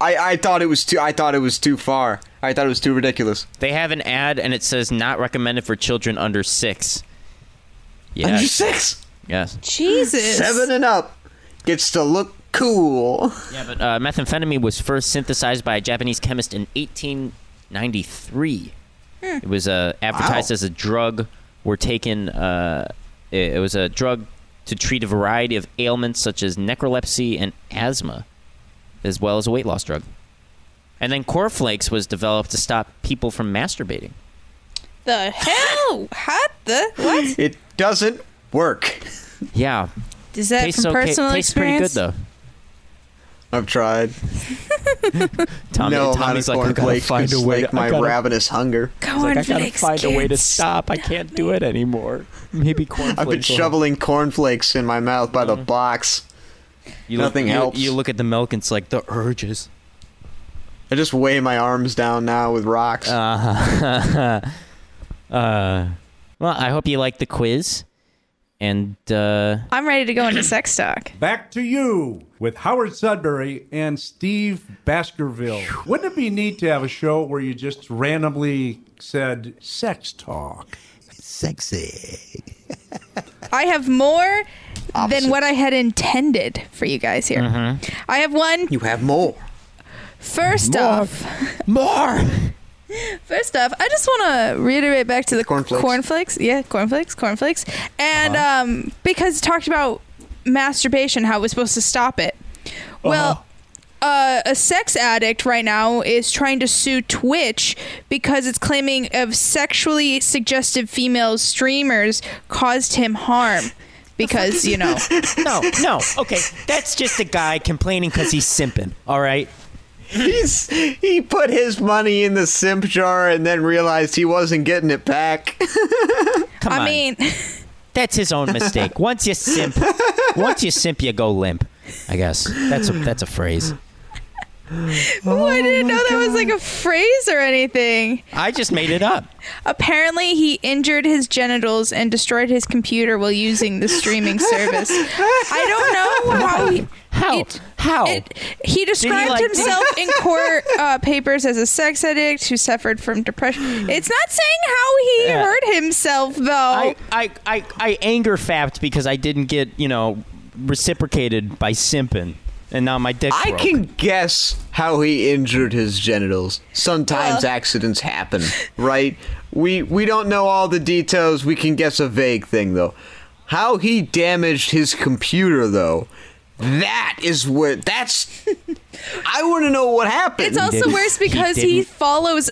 Speaker 8: I, I thought it was too. I thought it was too far. I thought it was too ridiculous.
Speaker 3: They have an ad and it says not recommended for children under six. Yes.
Speaker 8: Under six.
Speaker 3: Yes.
Speaker 1: Jesus.
Speaker 8: Seven and up gets to look cool.
Speaker 3: Yeah, but uh, methamphetamine was first synthesized by a Japanese chemist in 1893.
Speaker 1: Hmm.
Speaker 3: It was uh, advertised as a drug. Were taken. Uh, it, it was a drug to treat a variety of ailments such as necrolepsy and asthma, as well as a weight loss drug. And then cornflakes was developed to stop people from masturbating.
Speaker 1: The hell? Hot the what?
Speaker 8: It doesn't work.
Speaker 3: Yeah.
Speaker 1: Is that
Speaker 3: Tastes
Speaker 1: from
Speaker 3: okay-
Speaker 1: personal
Speaker 3: tastes pretty good
Speaker 1: experience?
Speaker 3: though.
Speaker 8: I've tried.
Speaker 3: Tommy,
Speaker 8: no
Speaker 3: Tommy's like,
Speaker 8: amount
Speaker 3: I
Speaker 8: of
Speaker 3: gotta
Speaker 8: cornflakes
Speaker 3: find a
Speaker 8: could
Speaker 3: way.
Speaker 8: slake my
Speaker 3: I gotta,
Speaker 8: ravenous hunger.
Speaker 3: He's like, I gotta
Speaker 1: Cornflakes,
Speaker 3: find a way to
Speaker 1: kids,
Speaker 3: stop. I can't do it anymore. Maybe cornflakes.
Speaker 8: I've been
Speaker 3: will
Speaker 8: shoveling cornflakes in my mouth by the
Speaker 3: Mm.
Speaker 8: box.
Speaker 3: help. You look-
Speaker 8: Nothing
Speaker 3: you-
Speaker 8: helps.
Speaker 3: You look at the milk, and it's like the urges.
Speaker 8: I just weigh my arms down now with rocks.
Speaker 3: Uh, uh, well, I hope you like the quiz, and uh,
Speaker 1: I'm ready to go into sex talk.
Speaker 10: Back to you with Howard Sudbury and Steve Baskerville. Wouldn't it be neat to have a show where you just randomly said sex talk? Sexy.
Speaker 1: I have more than what I had intended for you guys here.
Speaker 3: Mm-hmm.
Speaker 1: I have one.
Speaker 8: You have more.
Speaker 1: First
Speaker 8: More.
Speaker 1: off,
Speaker 3: more.
Speaker 1: First off, I just want to reiterate back to the
Speaker 8: Cornflakes.
Speaker 1: cornflakes. Yeah, cornflakes, cornflakes, and
Speaker 3: Uh-huh.
Speaker 1: um, because it talked about masturbation, how it was supposed to stop it.
Speaker 3: Uh-huh.
Speaker 1: Well, uh, a sex addict right now is trying to sue Twitch because it's claiming of sexually suggestive female streamers caused him harm. Because you know,
Speaker 3: no, no, okay, that's just a guy complaining because he's simping. All right.
Speaker 8: He's he put his money in the simp jar and then realized he wasn't getting it back.
Speaker 3: Come
Speaker 1: I
Speaker 3: on.
Speaker 1: mean,
Speaker 3: that's his own mistake. Once you simp, once you simp, you go limp. I guess that's a, that's a phrase. Oh
Speaker 1: Ooh, I didn't know that was like a phrase or anything.
Speaker 3: I just made it up.
Speaker 1: Apparently, he injured his genitals and destroyed his computer while using the streaming service. I don't know how he. How?
Speaker 3: how?
Speaker 1: he described
Speaker 3: like-
Speaker 1: himself in court uh, papers as a sex addict who suffered from depression. It's not saying how he
Speaker 3: Yeah.
Speaker 1: hurt himself, though.
Speaker 3: I, I, I, I anger fapped because I didn't get, you know, reciprocated by simping. And now my dick.
Speaker 8: I can guess how he injured his genitals. Sometimes accidents happen, right? We we don't know all the details. We can guess a vague thing though. How he damaged his computer though. That is what that's I want to know what happened.
Speaker 1: It's also worse because he, follows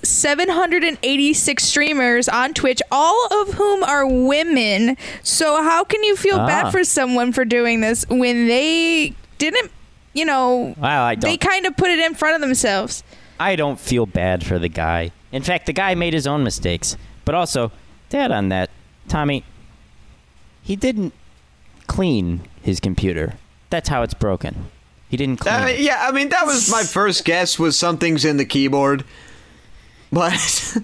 Speaker 1: 786 streamers on Twitch, all of whom are women. So how can you feel
Speaker 3: Ah.
Speaker 1: bad for someone for doing this when they didn't, you know,
Speaker 3: Wow, I
Speaker 1: they
Speaker 3: don't.
Speaker 1: kind of put it in front of themselves.
Speaker 3: I don't feel bad for the guy. In fact, the guy made his own mistakes. But also, dad on that, Tommy. He didn't clean his computer. That's how it's broken. He didn't clean.
Speaker 8: I
Speaker 3: it.
Speaker 8: mean, Uh, yeah, I mean that was my first guess was something's in the keyboard, but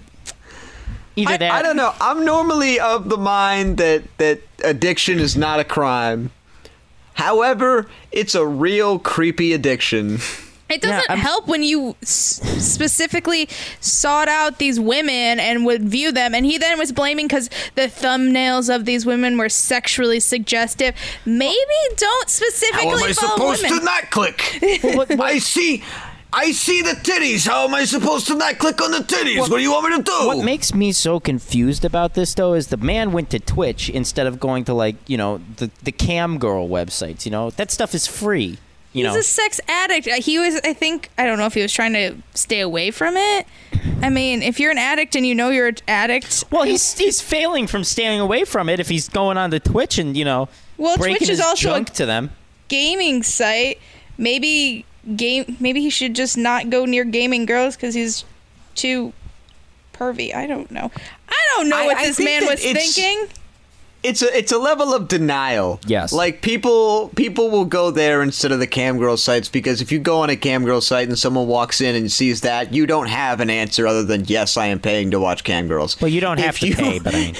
Speaker 3: either
Speaker 8: I,
Speaker 3: that.
Speaker 8: I don't know. I'm normally of the mind that that addiction is not a crime. However, it's a real creepy addiction.
Speaker 1: It doesn't help when you s- specifically sought out these women and would view them. And he then was blaming because the thumbnails of these women were sexually suggestive. Maybe don't specifically
Speaker 9: How am I
Speaker 1: follow
Speaker 9: supposed
Speaker 1: women.
Speaker 9: to not click? I see. I see the titties. How am I supposed to not click on the titties? What, do you want me to do?
Speaker 3: What makes me so confused about this though is the man went to Twitch instead of going to like you know the the cam girl websites. You know that stuff is free. You
Speaker 1: He's
Speaker 3: know
Speaker 1: a sex addict. Uh, He was, I think, I don't know if he was trying to stay away from it. I mean, if you're an addict and you know you're an addict,
Speaker 3: well, he's he's failing from staying away from it if he's going on to Twitch and you know
Speaker 1: Well,
Speaker 3: breaking
Speaker 1: Twitch is
Speaker 3: his
Speaker 1: also a-
Speaker 3: junk to them.
Speaker 1: gaming site. Maybe game. Maybe he should just not go near gaming girls because he's too pervy. I don't know. I don't know
Speaker 8: I-
Speaker 1: what
Speaker 8: I
Speaker 1: this
Speaker 8: think
Speaker 1: man
Speaker 8: that
Speaker 1: was
Speaker 8: it's-
Speaker 1: thinking.
Speaker 8: It's a it's a level of denial. Yes. Like people people will go there instead of the cam girl sites because if you go on a cam girl site and someone walks in and sees that, you don't have an answer other than yes, I am paying to watch cam girls. Well, you don't
Speaker 3: have to pay, but I mean-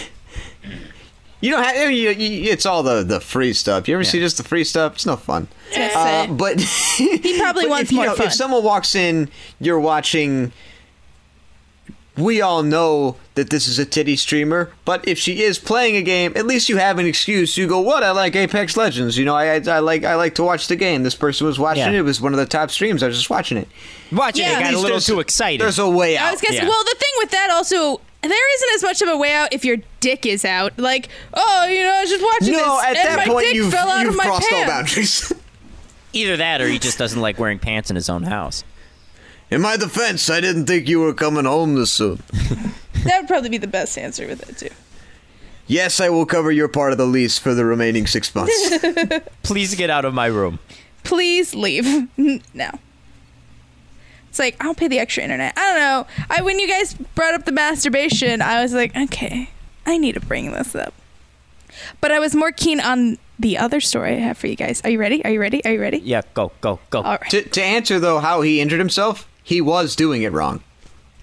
Speaker 8: You don't have. I mean, You, you, it's all the the free stuff. You ever see just the free stuff? It's no fun.
Speaker 1: That's
Speaker 8: Uh,
Speaker 1: it.
Speaker 8: But he
Speaker 1: probably wants
Speaker 8: if, you
Speaker 1: more
Speaker 8: know,
Speaker 1: fun.
Speaker 8: If someone walks in, you're watching we all know that this is a titty streamer, but if she is playing a game, at least you have an excuse. You go, "What? I like Apex Legends. You know, I, I, I like I like to watch the game. This person was watching it. It was one of the top streams. I was just watching it.
Speaker 3: Watching
Speaker 1: Yeah.
Speaker 3: it, got a little too excited.
Speaker 8: There's a way out.
Speaker 1: I was guessing. Well, the thing with that also, there isn't as much of a way out if your dick is out. Like, oh, you know, I was just watching this,
Speaker 8: no, at
Speaker 1: and
Speaker 8: that
Speaker 1: my
Speaker 8: point
Speaker 1: dick
Speaker 8: you've
Speaker 1: fell out
Speaker 8: you've
Speaker 1: of my
Speaker 8: crossed all
Speaker 1: pants.
Speaker 8: boundaries.
Speaker 3: Either that, or he just doesn't like wearing pants in his own house.
Speaker 8: In my defense, I didn't think you were coming home this soon.
Speaker 1: That would probably be the best answer with it too.
Speaker 8: yes, I will cover your part of the lease for the remaining six months.
Speaker 3: Please get out of my room.
Speaker 1: Please leave now. It's like I'll pay the extra internet. I don't know. I when you guys brought up the masturbation, I was like, okay, I need to bring this up. But I was more keen on the other story I have for you guys. Are you ready? Are you ready? Are you ready?
Speaker 8: yeah, go go go.
Speaker 1: All right.
Speaker 8: To, to answer though, how he injured himself, he was doing it wrong.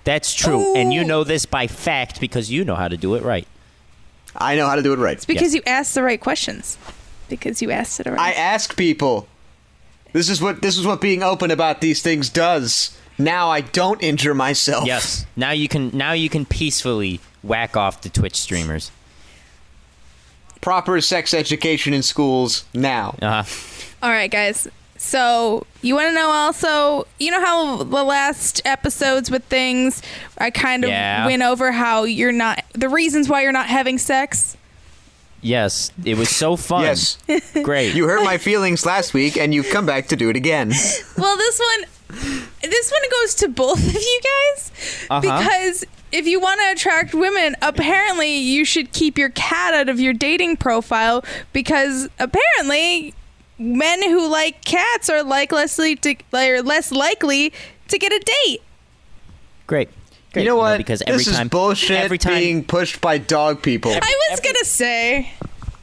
Speaker 3: That's true, and
Speaker 8: Oh.
Speaker 3: you know this by fact because you know how to do it right.
Speaker 8: I know how to do it right.
Speaker 1: It's because you asked the right questions. Because you asked it right.
Speaker 8: I ask people. This is what this is what being open about these things does. Now I don't injure myself.
Speaker 3: Yes. Now you can now you can peacefully whack off the Twitch streamers.
Speaker 8: Proper sex education in schools now.
Speaker 3: Uh-huh.
Speaker 1: All right, guys. So you want to know also, you know how the last episodes with things, I kind of
Speaker 3: Yeah.
Speaker 1: went over how you're not the reasons why you're not having sex.
Speaker 3: Yes, it was so fun.
Speaker 8: Yes.
Speaker 3: Great.
Speaker 8: You hurt my feelings last week and you've come back to do it again.
Speaker 1: Well, this one, this one goes to both of you guys
Speaker 8: Uh-huh.
Speaker 1: because if you want to attract women, apparently you should keep your cat out of your dating profile because apparently men who like cats are like likely to are less likely to get a date.
Speaker 3: Great. Great.
Speaker 8: You know what?
Speaker 3: because every
Speaker 8: this
Speaker 3: time-
Speaker 8: is bullshit
Speaker 3: every time-
Speaker 8: being pushed by dog people.
Speaker 1: I was gonna say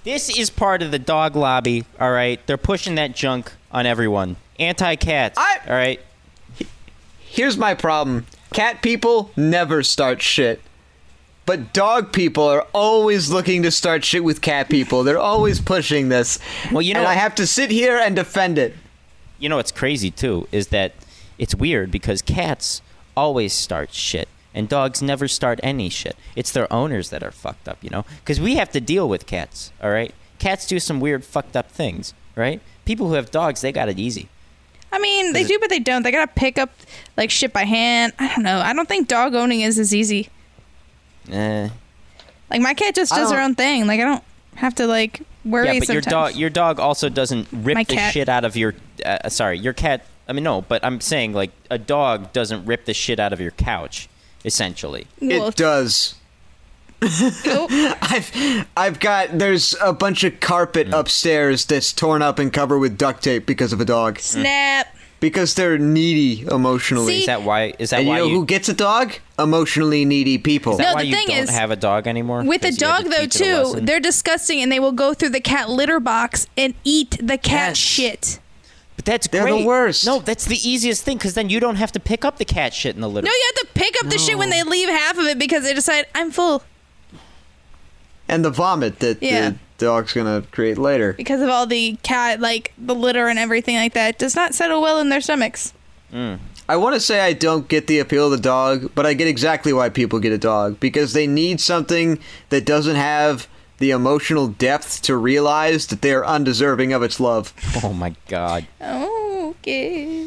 Speaker 3: This is part of the dog lobby, all right? They're pushing that junk on everyone. Anti cats. All right.
Speaker 8: Here's my problem. Cat people never start shit. But dog people are always looking to start shit with cat people. They're always pushing this. Well, you know, and I have to sit here and defend it.
Speaker 3: You know what's crazy too is that it's weird because cats always start shit and dogs never start any shit. It's their owners that are fucked up, you know? Cuz we have to deal with cats, all right? Cats do some weird fucked up things, right? People who have dogs, they got it easy.
Speaker 1: I mean, they
Speaker 3: Is it-
Speaker 1: do, but they don't. They gotta pick up like shit by hand. I don't know. I don't think dog owning is as easy.
Speaker 3: Eh.
Speaker 1: Like my cat just
Speaker 3: I
Speaker 1: does her
Speaker 3: don't-
Speaker 1: own thing. Like I don't have to like worry.
Speaker 3: yeah, but your
Speaker 1: sometimes.
Speaker 3: dog your dog also doesn't rip
Speaker 1: My
Speaker 3: the
Speaker 1: cat.
Speaker 3: shit out of your uh, sorry, your cat. I mean no, but I'm saying like a dog doesn't rip the shit out of your couch essentially.
Speaker 8: It does. I've I've got there's a bunch of carpet
Speaker 3: Mm.
Speaker 8: upstairs that's torn up and covered with duct tape because of a
Speaker 3: Mm.
Speaker 8: dog.
Speaker 1: Snap.
Speaker 8: Because they're needy emotionally.
Speaker 3: Is that why is that
Speaker 8: and
Speaker 3: why
Speaker 8: you know
Speaker 3: you
Speaker 8: who gets a dog? Emotionally needy people.
Speaker 3: Is that why you don't have a dog anymore?
Speaker 1: With a
Speaker 3: 'Cause you had
Speaker 1: dog
Speaker 3: to
Speaker 1: though
Speaker 3: teach it a
Speaker 1: too,
Speaker 3: lesson?
Speaker 1: they're disgusting and they will go through the cat litter box and eat the cat
Speaker 3: Yes.
Speaker 1: shit.
Speaker 3: But that's
Speaker 1: They're the
Speaker 3: great.
Speaker 1: worst.
Speaker 3: No, that's the easiest thing because then you don't have to pick up the cat shit in the litter.
Speaker 1: No, you have to pick up the shit when they leave half of it because they decide I'm full
Speaker 8: and the vomit that
Speaker 1: Yeah.
Speaker 8: the dog's gonna create later.
Speaker 1: because of all the cat like the litter and everything like that. It does not settle well in their stomachs.
Speaker 8: I want to say I don't get the appeal of the dog, but I get exactly why people get a dog because they need something that doesn't have the emotional depth to realize that they are undeserving of its love.
Speaker 3: Oh my god.
Speaker 1: Oh, okay.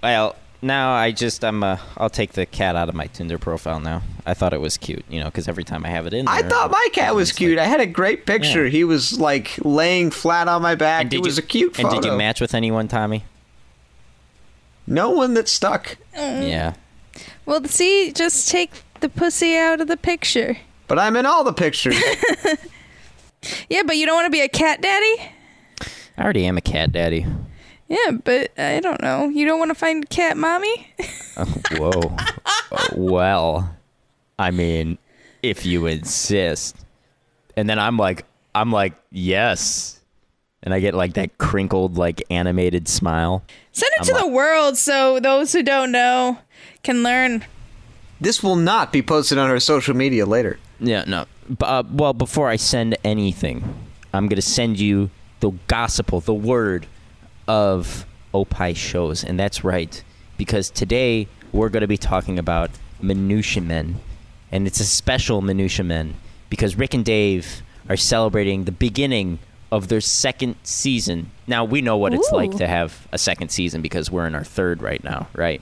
Speaker 3: Well, now I just I'm uh, I'll take the cat out of my Tinder profile now. I thought it was cute, you know, because every time I have it in,
Speaker 8: I
Speaker 3: there-
Speaker 8: thought my cat was cute. I had a great picture. He was like laying flat on my back.
Speaker 3: did
Speaker 8: it was
Speaker 3: you-
Speaker 8: a cute
Speaker 3: And
Speaker 8: photo.
Speaker 3: did you match with anyone, Tommy?
Speaker 8: No one that stuck.
Speaker 3: Yeah.
Speaker 1: Well, see, just take the pussy out of the picture.
Speaker 8: But I'm in all the pictures.
Speaker 1: Yeah, but you don't want to be a cat daddy?
Speaker 3: I already am a cat daddy.
Speaker 1: Yeah, but I don't know. You don't want to find cat mommy?
Speaker 3: Oh, whoa. Uh, well, I mean, if you insist. And then I'm like, I'm like, yes. And I get like that crinkled, like animated smile.
Speaker 1: Send it
Speaker 3: I'm
Speaker 1: to
Speaker 3: like-
Speaker 1: the world so those who don't know can learn.
Speaker 8: This will not be posted on our social media later.
Speaker 3: Yeah, no. B- Uh, well, before I send anything, I'm going to send you the gospel, the word of Opie shows. And that's right, because today we're going to be talking about Minutia Men. And it's a special Minutia Men, because Rick and Dave are celebrating the beginning of their second season. Now, we know what it's like
Speaker 8: Ooh.
Speaker 3: to have a second season because we're in our third right now, right?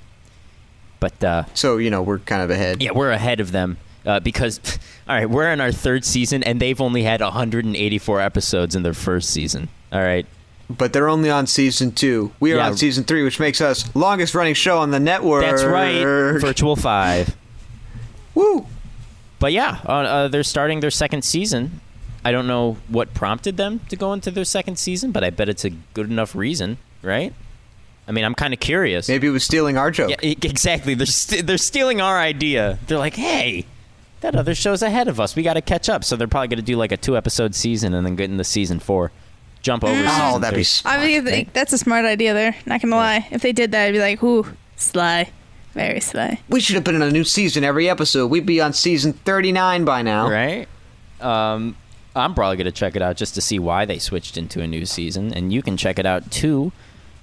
Speaker 3: But uh,
Speaker 8: so you know we're kind of ahead.
Speaker 3: Yeah, we're ahead of them uh, because all right, we're in our third season and they've only had 184 episodes in their first season. All right,
Speaker 8: But they're only on season two. We are
Speaker 3: Yeah.
Speaker 8: on season three, which makes us longest running show on the network.
Speaker 3: that's right, Virtual Five.
Speaker 8: Woo!
Speaker 3: But yeah, uh, uh, they're starting their second season. I don't know what prompted them to go into their second season, but I bet it's a good enough reason, right? I mean, I'm kind of curious.
Speaker 8: Maybe it was stealing our joke.
Speaker 3: Yeah, e- exactly. They're st- they're stealing our idea. They're like, hey, that other show's ahead of us. We got to catch up. So they're probably going to do like a two episode season and then get into season four, jump over.
Speaker 1: Mm.
Speaker 3: season
Speaker 1: Oh, that'd
Speaker 3: three.
Speaker 1: be I mean, th- that's a smart idea there. Not gonna lie. If they did that, I'd be like, ooh, sly, very sly.
Speaker 8: We should have been in a new season every episode. We'd be on season 39 by now.
Speaker 3: Right? Um, I'm probably going to check it out just to see why they switched into a new season. And you can check it out too.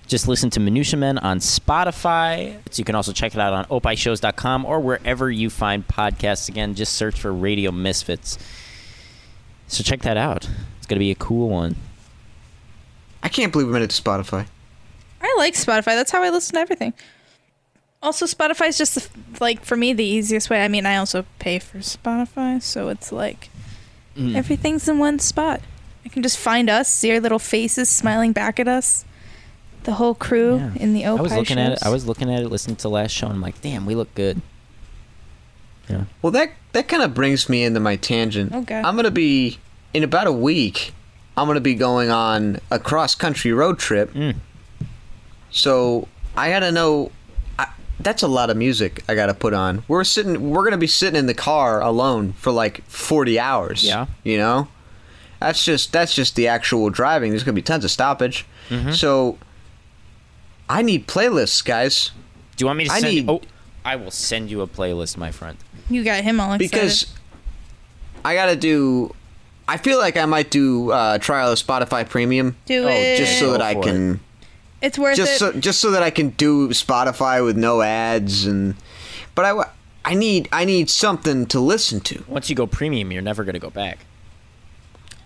Speaker 3: Just listen to Minutia Men on Spotify. So you can also check it out on opishows.com or wherever you find podcasts. Again, just search for Radio Misfits. So check that out. It's going to be a cool one.
Speaker 8: I can't believe we made it to Spotify.
Speaker 1: I like Spotify. That's how I listen to everything. Also, Spotify's just the, f- like for me the easiest way. I mean, I also pay for Spotify, so it's like
Speaker 3: Mm.
Speaker 1: everything's in one spot. I can just find us, see our little faces smiling back at us, the whole crew in the Opie
Speaker 3: I was looking at it. I
Speaker 1: shows.
Speaker 3: was looking at it, listening to the last show, and I'm like, damn, we look good.
Speaker 8: Well, that that kind of brings me into my tangent.
Speaker 1: Okay.
Speaker 8: I'm gonna be in about a week. I'm gonna be going on a cross country road trip. So I gotta know. I, that's a lot of music I gotta put on. We're sitting. We're gonna be sitting in the car alone for like 40 hours.
Speaker 3: Yeah.
Speaker 8: You know. That's just that's just the actual driving. There's gonna be tons of stoppage.
Speaker 3: Mhm.
Speaker 8: So I need playlists, guys.
Speaker 3: Do you want me to
Speaker 8: I
Speaker 3: send?
Speaker 8: need-
Speaker 3: oh, I will send you a playlist, my friend.
Speaker 1: You got him all excited.
Speaker 8: because I gotta do. I feel like I might do uh, trial of Spotify Premium.
Speaker 1: Do Oh, it.
Speaker 8: just so
Speaker 1: Go
Speaker 8: that I
Speaker 1: for
Speaker 8: can
Speaker 1: it's worth
Speaker 8: just
Speaker 1: it.
Speaker 8: so just so that I can do Spotify with no ads and. But I wa- I need I need something to listen to.
Speaker 3: Once you go premium, you're never gonna go back.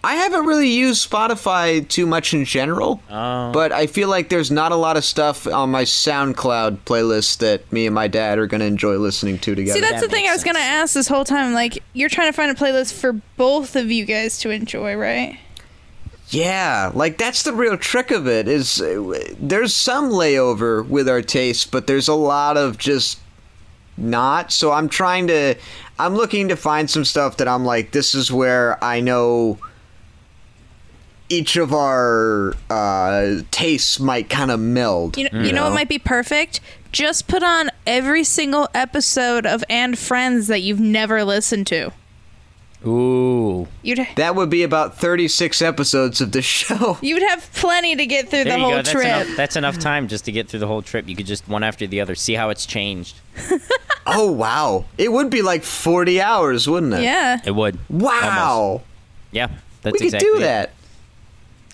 Speaker 8: I haven't really used Spotify too much in general,
Speaker 1: Oh.
Speaker 3: Um,
Speaker 8: but I feel like there's not a lot of stuff on my SoundCloud playlist that me and my dad are gonna enjoy listening to together.
Speaker 1: See, that's the thing I was gonna ask this whole time. Like, you're trying to find a playlist for both of you guys to enjoy, right?
Speaker 8: Yeah, like that's the real trick of it is uh, w- there's some layover with our tastes, but there's a lot of just not. So I'm trying to I'm looking to find some stuff that I'm like this is where I know each of our uh, tastes might kind of meld.
Speaker 1: You know, you know what might be perfect? Just put on every single episode of And Friends that you've never listened to.
Speaker 3: Ooh.
Speaker 1: You'd
Speaker 8: That would be about 36 episodes of the show.
Speaker 1: you'd have plenty to get through the whole
Speaker 3: That's
Speaker 1: trip.
Speaker 3: enough, that's enough time just to get through the whole trip. You could just one after the other see how it's changed.
Speaker 8: oh wow. It would be like 40 hours, wouldn't it?
Speaker 1: Yeah.
Speaker 3: It would.
Speaker 8: Wow.
Speaker 3: Yeah, that's
Speaker 8: We could
Speaker 3: exactly
Speaker 8: do
Speaker 3: it.
Speaker 8: that.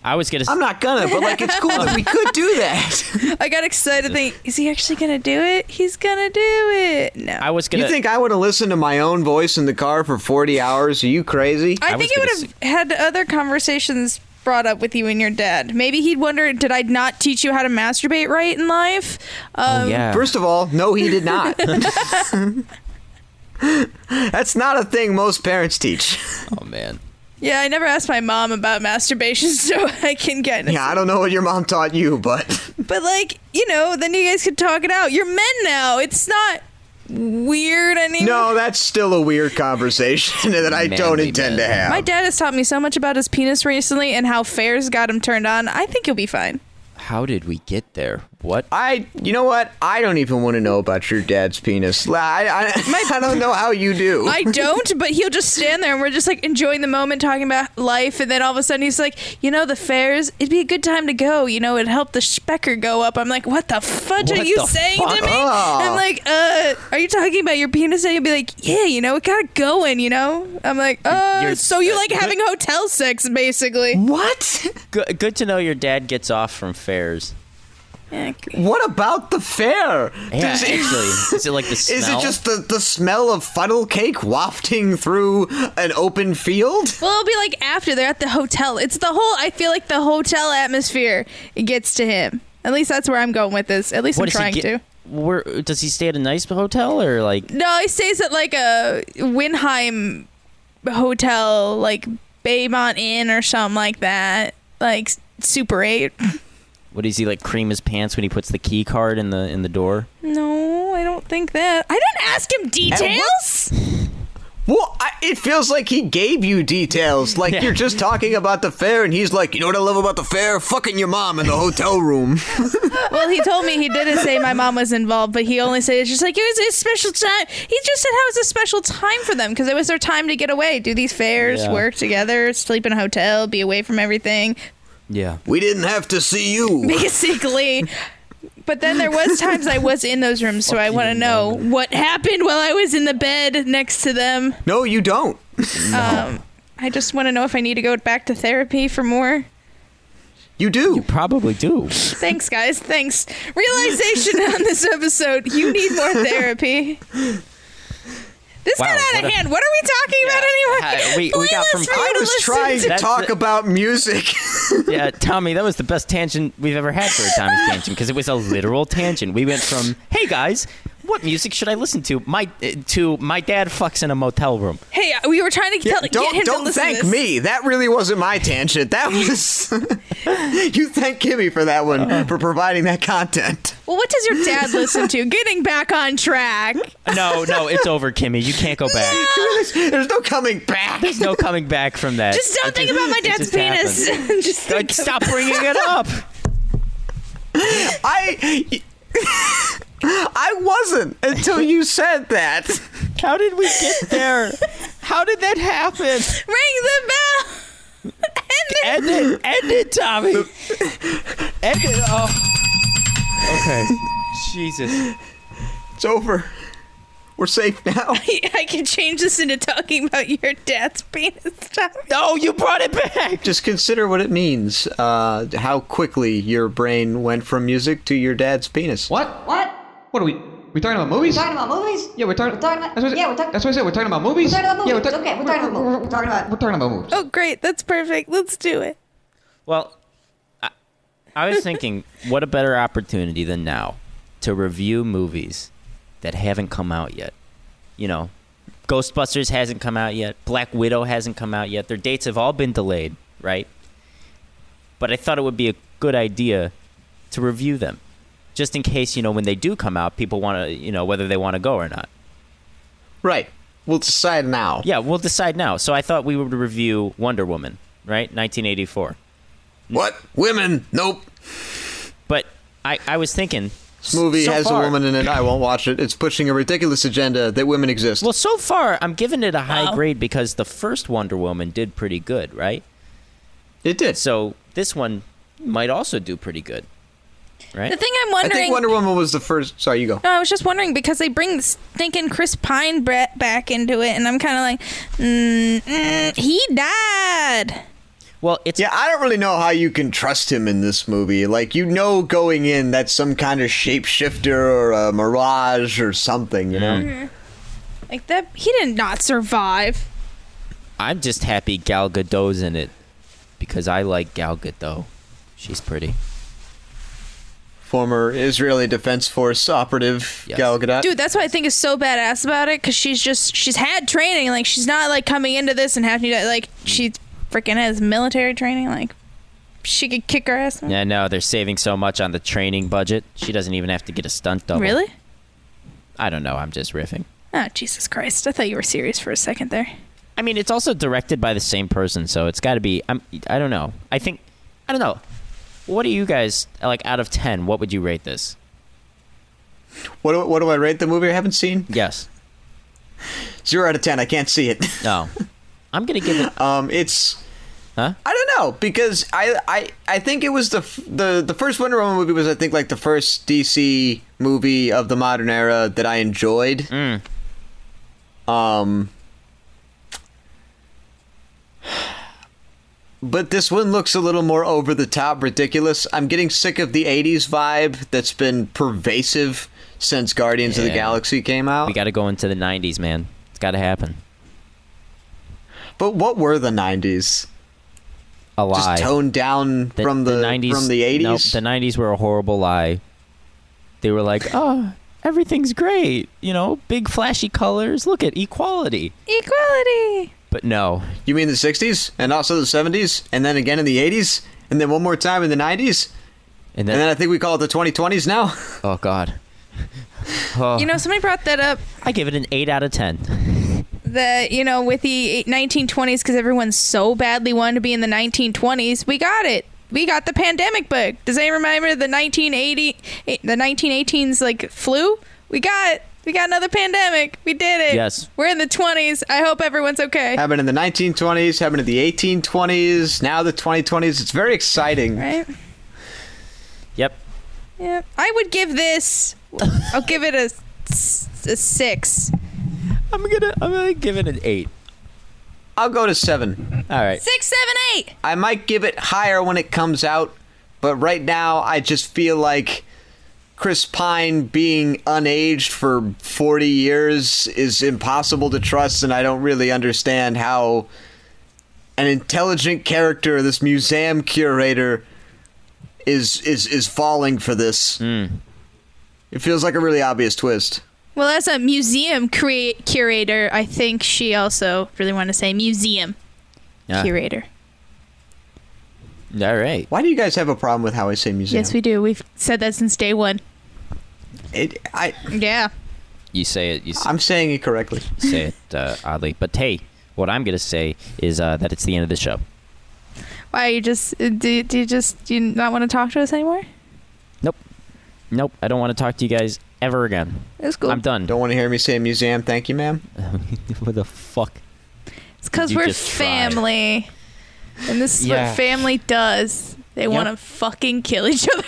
Speaker 3: I was gonna. s-
Speaker 8: I'm not gonna, but like it's cool that we could do that.
Speaker 1: I got excited. Think, is he actually gonna do it? He's gonna do it. No,
Speaker 3: I was
Speaker 8: You think I would have listened to my own voice in the car for 40 hours? Are you crazy?
Speaker 1: I, think it would have had other conversations brought up with you and your dad. Maybe he'd wonder, did I not teach you how to masturbate right in life?
Speaker 3: Oh,
Speaker 1: Um,
Speaker 8: First of all, no, he did not. That's not a thing most parents teach.
Speaker 3: Oh man.
Speaker 1: yeah, I never asked my mom about masturbation, so I can get.
Speaker 8: Yeah, I don't know what your mom taught you, but
Speaker 1: But like, you know, then you guys could talk it out. You're men now. It's not weird anymore.
Speaker 8: no, that's still a weird conversation that I don't intend to have.
Speaker 1: My dad has taught me so much about his penis recently and how fairs got him turned on. I think you'll be fine.
Speaker 3: How did we get there?
Speaker 8: What? I, you know what? I don't even want to know about your dad's penis. La- I, I, I don't know how you do.
Speaker 1: I don't, but he'll just stand there and we're just like enjoying the moment, talking about life. And then all of a sudden he's like, you know, the fairs, it'd be a good time to go. You know, it'd help the Specker go up. I'm like, what the fudge are
Speaker 14: What
Speaker 1: you
Speaker 14: the
Speaker 1: saying
Speaker 14: fuck?
Speaker 1: to me?
Speaker 14: Ah.
Speaker 1: I'm like, uh, are you talking about your penis? And he'll be like, yeah, you know, it got it going, you know? I'm like, uh,
Speaker 3: You're-
Speaker 1: so you
Speaker 3: uh,
Speaker 1: like
Speaker 3: good-
Speaker 1: having hotel sex, basically. What?
Speaker 3: Good, good to know your dad gets off from fairs.
Speaker 8: What about the fair?
Speaker 3: Yeah,
Speaker 8: Does it-
Speaker 3: actually, is it like the smell?
Speaker 8: Is it just the, the smell of funnel cake wafting through an open field?
Speaker 1: Well, it'll be like after they're at the hotel. It's the whole. I feel like the hotel atmosphere gets to him. At least that's where I'm going with this. At least
Speaker 3: What
Speaker 1: I'm
Speaker 3: does he
Speaker 1: trying
Speaker 3: get-
Speaker 1: to.
Speaker 3: Where does he stay at a nice hotel or like?
Speaker 1: No, he stays at like a Winheim hotel, like Baymont Inn or something like that. Like Super Eight.
Speaker 3: What does he like? Cream his pants when he puts the key card in the in the door.
Speaker 1: No, I don't think that. I didn't ask him details.
Speaker 8: Well, I, it feels like he gave you details. Like you're just talking about the fair, and he's like, "You know what I love about the fair? Fucking your mom in the hotel room."
Speaker 1: well, he told me he didn't say my mom was involved, but he only said it's just like it was a special time. He just said how it was a special time for them because it was their time to get away, do these fairs,
Speaker 8: Yeah.
Speaker 1: work together, sleep in a hotel, be away from everything,
Speaker 3: yeah,
Speaker 8: we didn't have to see you.
Speaker 1: basically. But then there was times I was in those rooms, so I want to know what happened while I was in the bed next to them.
Speaker 8: No, you don't.
Speaker 1: Um, I just want to know if I need to go back to therapy for more.
Speaker 8: You do. You
Speaker 3: probably do.
Speaker 1: Thanks, guys. Thanks. Realization on this episode: you need more therapy. This
Speaker 3: Wow,
Speaker 1: got out
Speaker 3: what
Speaker 1: of
Speaker 3: a-
Speaker 1: hand. What are we talking about anyway?
Speaker 3: Hi, we, we got
Speaker 1: Playlists
Speaker 3: from.
Speaker 1: for you to listen to.
Speaker 8: about music.
Speaker 3: yeah, Tommy, that was the best tangent we've ever had for a Tommy's tangent because it was a literal tangent. We went from "Hey guys, what music should I listen to?" my uh, to my dad fucks in a motel room.
Speaker 1: Hey, uh, we were trying to
Speaker 8: Yeah,
Speaker 1: tell, get him
Speaker 8: don't
Speaker 1: to
Speaker 8: don't
Speaker 1: listen
Speaker 8: thank
Speaker 1: to this.
Speaker 8: me. That really wasn't my tangent. That was you thank Kimmy for that one
Speaker 1: Uh.
Speaker 8: for providing that content.
Speaker 1: Well, what does your dad listen to? Getting back on track.
Speaker 3: No, no, it's over, Kimmy. You can't go back.
Speaker 8: There's no coming back.
Speaker 3: There's no coming back from that.
Speaker 1: Just don't
Speaker 3: It
Speaker 1: think about my
Speaker 3: it
Speaker 1: dad's
Speaker 3: just
Speaker 1: penis.
Speaker 3: happened.
Speaker 1: just
Speaker 3: Like, stop bringing it up.
Speaker 8: I I wasn't until you said that.
Speaker 3: How did we get there? How did that happen? Ring
Speaker 1: the bell.
Speaker 3: End it. End it, Tommy. End it. Oh. Okay. Jesus.
Speaker 8: It's over. We're safe now.
Speaker 1: I, I can change this into talking about your dad's penis. Stop.
Speaker 3: No, Oh, you brought it back.
Speaker 8: Just consider what it means. Uh, how quickly your brain went from music to your dad's penis. What?
Speaker 15: What?
Speaker 8: What are we? We talking about
Speaker 15: We're talking about movies? Yeah, we're talking, we're talking about. That's what, yeah, we're talking.
Speaker 8: That's what I said. We're talking about
Speaker 15: We're talking about movies. okay, we're talking about movies. We're talking about.
Speaker 8: We're talking about movies.
Speaker 1: Oh, great. That's perfect. Let's do it.
Speaker 3: Well, I, I was thinking, what a better opportunity than now to review movies that haven't come out yet. You know, Ghostbusters hasn't come out yet. Black Widow hasn't come out yet. Their dates have all been delayed, right? But I thought it would be a good idea to review them, just in case you know when they do come out, people want to you know whether they want to go or not.
Speaker 8: Right. We'll decide now.
Speaker 3: Yeah, we'll decide now. So I thought we would review Wonder Woman, right? 1984.
Speaker 8: What? Women? Nope.
Speaker 3: But I, I was thinking.
Speaker 8: This movie
Speaker 3: so
Speaker 8: has
Speaker 3: far-
Speaker 8: a woman in it. I won't watch it. It's pushing a ridiculous agenda that women exist.
Speaker 3: Well, so far I'm giving it a high grade because the first Wonder Woman did pretty good, right?
Speaker 8: It did.
Speaker 3: So this one might also do pretty good, right?
Speaker 1: The thing I'm
Speaker 8: I
Speaker 1: wondering.
Speaker 8: think Wonder Woman was the first. Sorry, you go.
Speaker 1: no, I was just wondering because they bring stinking Chris Pine bra- back into it, and I'm kind of like, mm, mm, he died.
Speaker 3: Well, it's
Speaker 8: yeah. I don't really know how you can trust him in this movie. Like you know, going in that's some kind of shapeshifter or a mirage or something. You know.
Speaker 1: Like that, he did not survive.
Speaker 3: I'm just happy Gal Gadot's in it because I like Gal Gadot. She's pretty.
Speaker 8: Former Israeli Defense Force operative Gal
Speaker 3: Uh,
Speaker 8: Gadot.
Speaker 1: Dude, that's what I think is so badass about it because she's just she's had training. Like she's not like coming into this and having to like she freaking has military training. Like she could kick her ass.
Speaker 3: Yeah, no, they're saving so much on the training budget. She doesn't even have to get a stunt double.
Speaker 1: Really?
Speaker 3: I don't know. I'm just riffing.
Speaker 1: Oh Jesus Christ! I thought you were serious for a second there.
Speaker 3: I mean, it's also directed by the same person, so it's got to be. I'm. I don't know. I think. I don't know. What do you guys like out of ten? What would you rate this?
Speaker 8: What do, what do I rate the movie I haven't seen?
Speaker 3: Yes.
Speaker 8: Zero out of ten. I can't see it.
Speaker 3: No. I'm gonna give it.
Speaker 8: Um, it's.
Speaker 3: Huh?
Speaker 8: I don't know because I I, I think it was the f- the the first Wonder Woman movie was I think like the first DC movie of the modern era that I enjoyed.
Speaker 3: Mm.
Speaker 8: Um. But this one looks a little more over the top, ridiculous. I'm getting sick of the '80s vibe that's been pervasive since Guardians of the
Speaker 3: Yeah.
Speaker 8: Galaxy came out.
Speaker 3: We got to go into the '90s, man. It's got to happen.
Speaker 8: But what were the '90s?
Speaker 3: A lie.
Speaker 8: Just toned down from the, from the '80s.
Speaker 3: Nope, the '90s were a horrible lie. They were like, oh, everything's great. You know, big flashy colors. Look at equality.
Speaker 1: Equality.
Speaker 3: But no.
Speaker 8: You mean the 60s and also the 70s and then again in the 80s and then one more time in the 90s?
Speaker 3: And
Speaker 8: then, I think we call it the 2020s now.
Speaker 3: Oh God. Oh,
Speaker 1: You know, somebody brought that up
Speaker 3: I give it an eight out of ten.
Speaker 1: that you know with the 1920s because everyone so badly wanted to be in the 1920s. We got it. We got the pandemic book. Does anyone remember the 1980 eh, the 1918s like flu? We got we got another pandemic. We did it.
Speaker 8: Yes.
Speaker 1: We're in the 20s. I hope everyone's okay.
Speaker 8: happened in the 1920s, happened in the 1820s, now the 2020s. It's very exciting.
Speaker 1: Right?
Speaker 3: Yep.
Speaker 1: Yeah. I would give this. I'll give it a, s- a six.
Speaker 3: I'm gonna. I'm gonna give it an eight.
Speaker 8: I'll go to 7.
Speaker 3: All right.
Speaker 1: Six, seven, eight.
Speaker 8: I might give it higher when it comes out, but right now I just feel like Chris Pine being unaged for 40 years is impossible to trust, and I don't really understand how an intelligent character, this museum curator, is is is falling for this. It feels like a really obvious twist.
Speaker 1: Well, as a museum crea- curator, I think she also really wanted to say museum
Speaker 8: Yeah.
Speaker 1: curator.
Speaker 3: All right.
Speaker 8: Why do you guys have a problem with how I say museum?
Speaker 1: Yes, we do. We've said that since day one.
Speaker 8: It, I.
Speaker 1: Yeah.
Speaker 3: You say it. You s-
Speaker 8: I'm saying it correctly.
Speaker 3: say it uh, oddly, but hey, what I'm gonna say is uh, that it's the end of the show.
Speaker 1: Why you just uh, do? Do you just do you not want to talk to us anymore?
Speaker 3: Nope, I don't want to talk to you guys ever again.
Speaker 1: That's cool.
Speaker 3: I'm done.
Speaker 8: Don't want to hear me say museum. Thank you, ma'am.
Speaker 3: what the fuck?
Speaker 1: It's because
Speaker 8: You
Speaker 1: we're
Speaker 8: just tried.
Speaker 1: family, and this is
Speaker 3: Yeah.
Speaker 1: what family does. They
Speaker 3: Yep.
Speaker 1: want to fucking kill each other.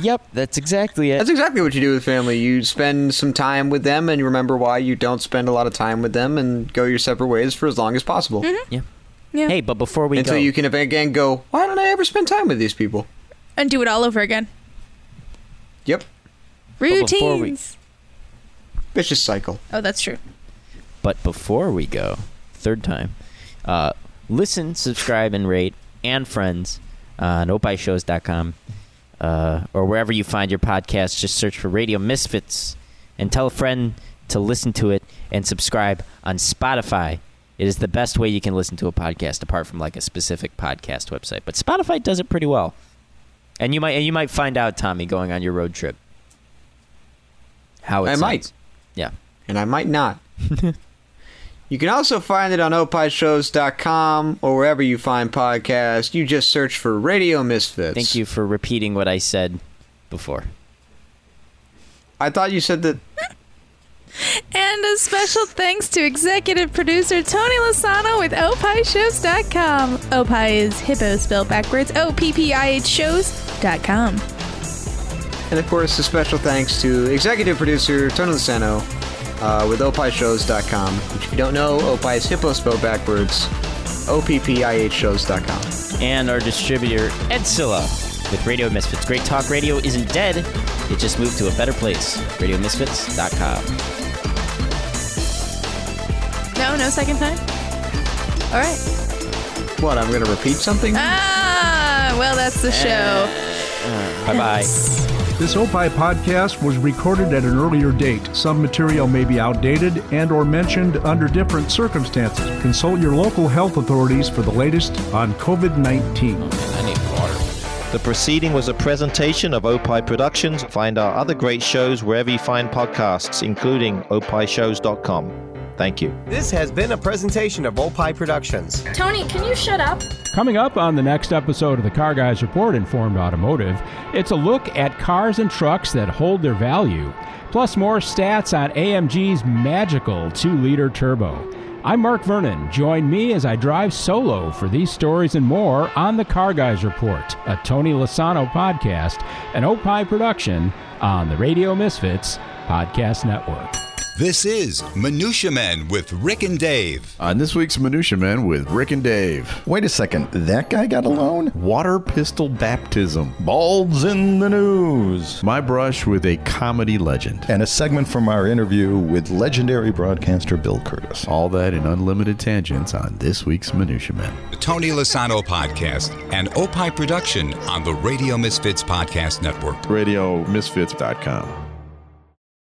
Speaker 3: yep, that's exactly it.
Speaker 8: That's exactly what you do with family. You spend some time with them and you remember why you don't spend a lot of time with them and go your separate ways for as long as possible.
Speaker 3: Yeah.
Speaker 1: Yeah.
Speaker 3: Hey, but before we
Speaker 8: Until
Speaker 3: go,
Speaker 8: you can ev- again go, why don't I ever spend time with these people?
Speaker 1: and do it all over again.
Speaker 8: Yep.
Speaker 3: But before we-
Speaker 1: Routines.
Speaker 8: Vicious cycle.
Speaker 1: Oh, that's true.
Speaker 3: But before we go, third time, uh, listen, subscribe, and rate, and friends uh, on opishows.com uh, or wherever you find your podcast. Just search for Radio Misfits and tell a friend to listen to it and subscribe on Spotify. It is the best way you can listen to a podcast apart from like a specific podcast website. But Spotify does it pretty well. And you might and you might find out, Tommy, going on your road trip. How it
Speaker 8: I
Speaker 3: sounds.
Speaker 8: might.
Speaker 3: Yeah.
Speaker 8: And I might not. you can also find it on opishows.com or wherever you find podcasts. You just search for Radio Misfits.
Speaker 3: Thank you for repeating what I said before.
Speaker 8: I thought you said that
Speaker 1: And a special thanks to executive producer Tony Lasano with opishows.com. Opie is hippo spelled backwards. O P P I H shows.com.
Speaker 8: And of course, a special thanks to executive producer Tony Luceno uh, with opishows.com. Which if you don't know, opie is hippo spelled backwards. O-P-P-I-H shows.com.
Speaker 3: And our distributor, Edsilla, with Radio Misfits. Great Talk Radio isn't dead, it just moved to a better place. RadioMisfits.com.
Speaker 1: No, no second time? All right.
Speaker 8: What, I'm going to repeat something?
Speaker 1: Ah, well, that's the show.
Speaker 3: Bye bye.
Speaker 10: This OPI podcast was recorded at an earlier date. Some material may be outdated and or mentioned under different circumstances. Consult your local health authorities for the latest on COVID-19.
Speaker 14: I need water. The proceeding was a presentation of Opie Productions. Find our other great shows wherever you find podcasts, including opishows.com. Thank you.
Speaker 16: This has been a presentation of Opie Productions.
Speaker 17: Tony, can you shut up?
Speaker 4: Coming up on the next episode of the Car Guys Report Informed Automotive, it's a look at cars and trucks that hold their value, plus more stats on AMG's magical 2 liter turbo. I'm Mark Vernon. Join me as I drive solo for these stories and more on the Car Guys Report, a Tony Lasano podcast, an Opie production on the Radio Misfits Podcast Network.
Speaker 18: This is Minutia Men with Rick and Dave.
Speaker 5: On this week's Minutia Men with Rick and Dave.
Speaker 6: Wait a second, that guy got a loan?
Speaker 5: Water pistol baptism. Balds in the news. My brush with a comedy legend.
Speaker 6: And a segment from our interview with legendary broadcaster Bill Curtis.
Speaker 5: All that and unlimited tangents on this week's Minutia Men.
Speaker 18: The Tony Lasano podcast, an Opie production on the Radio Misfits Podcast Network.
Speaker 5: RadioMisfits.com.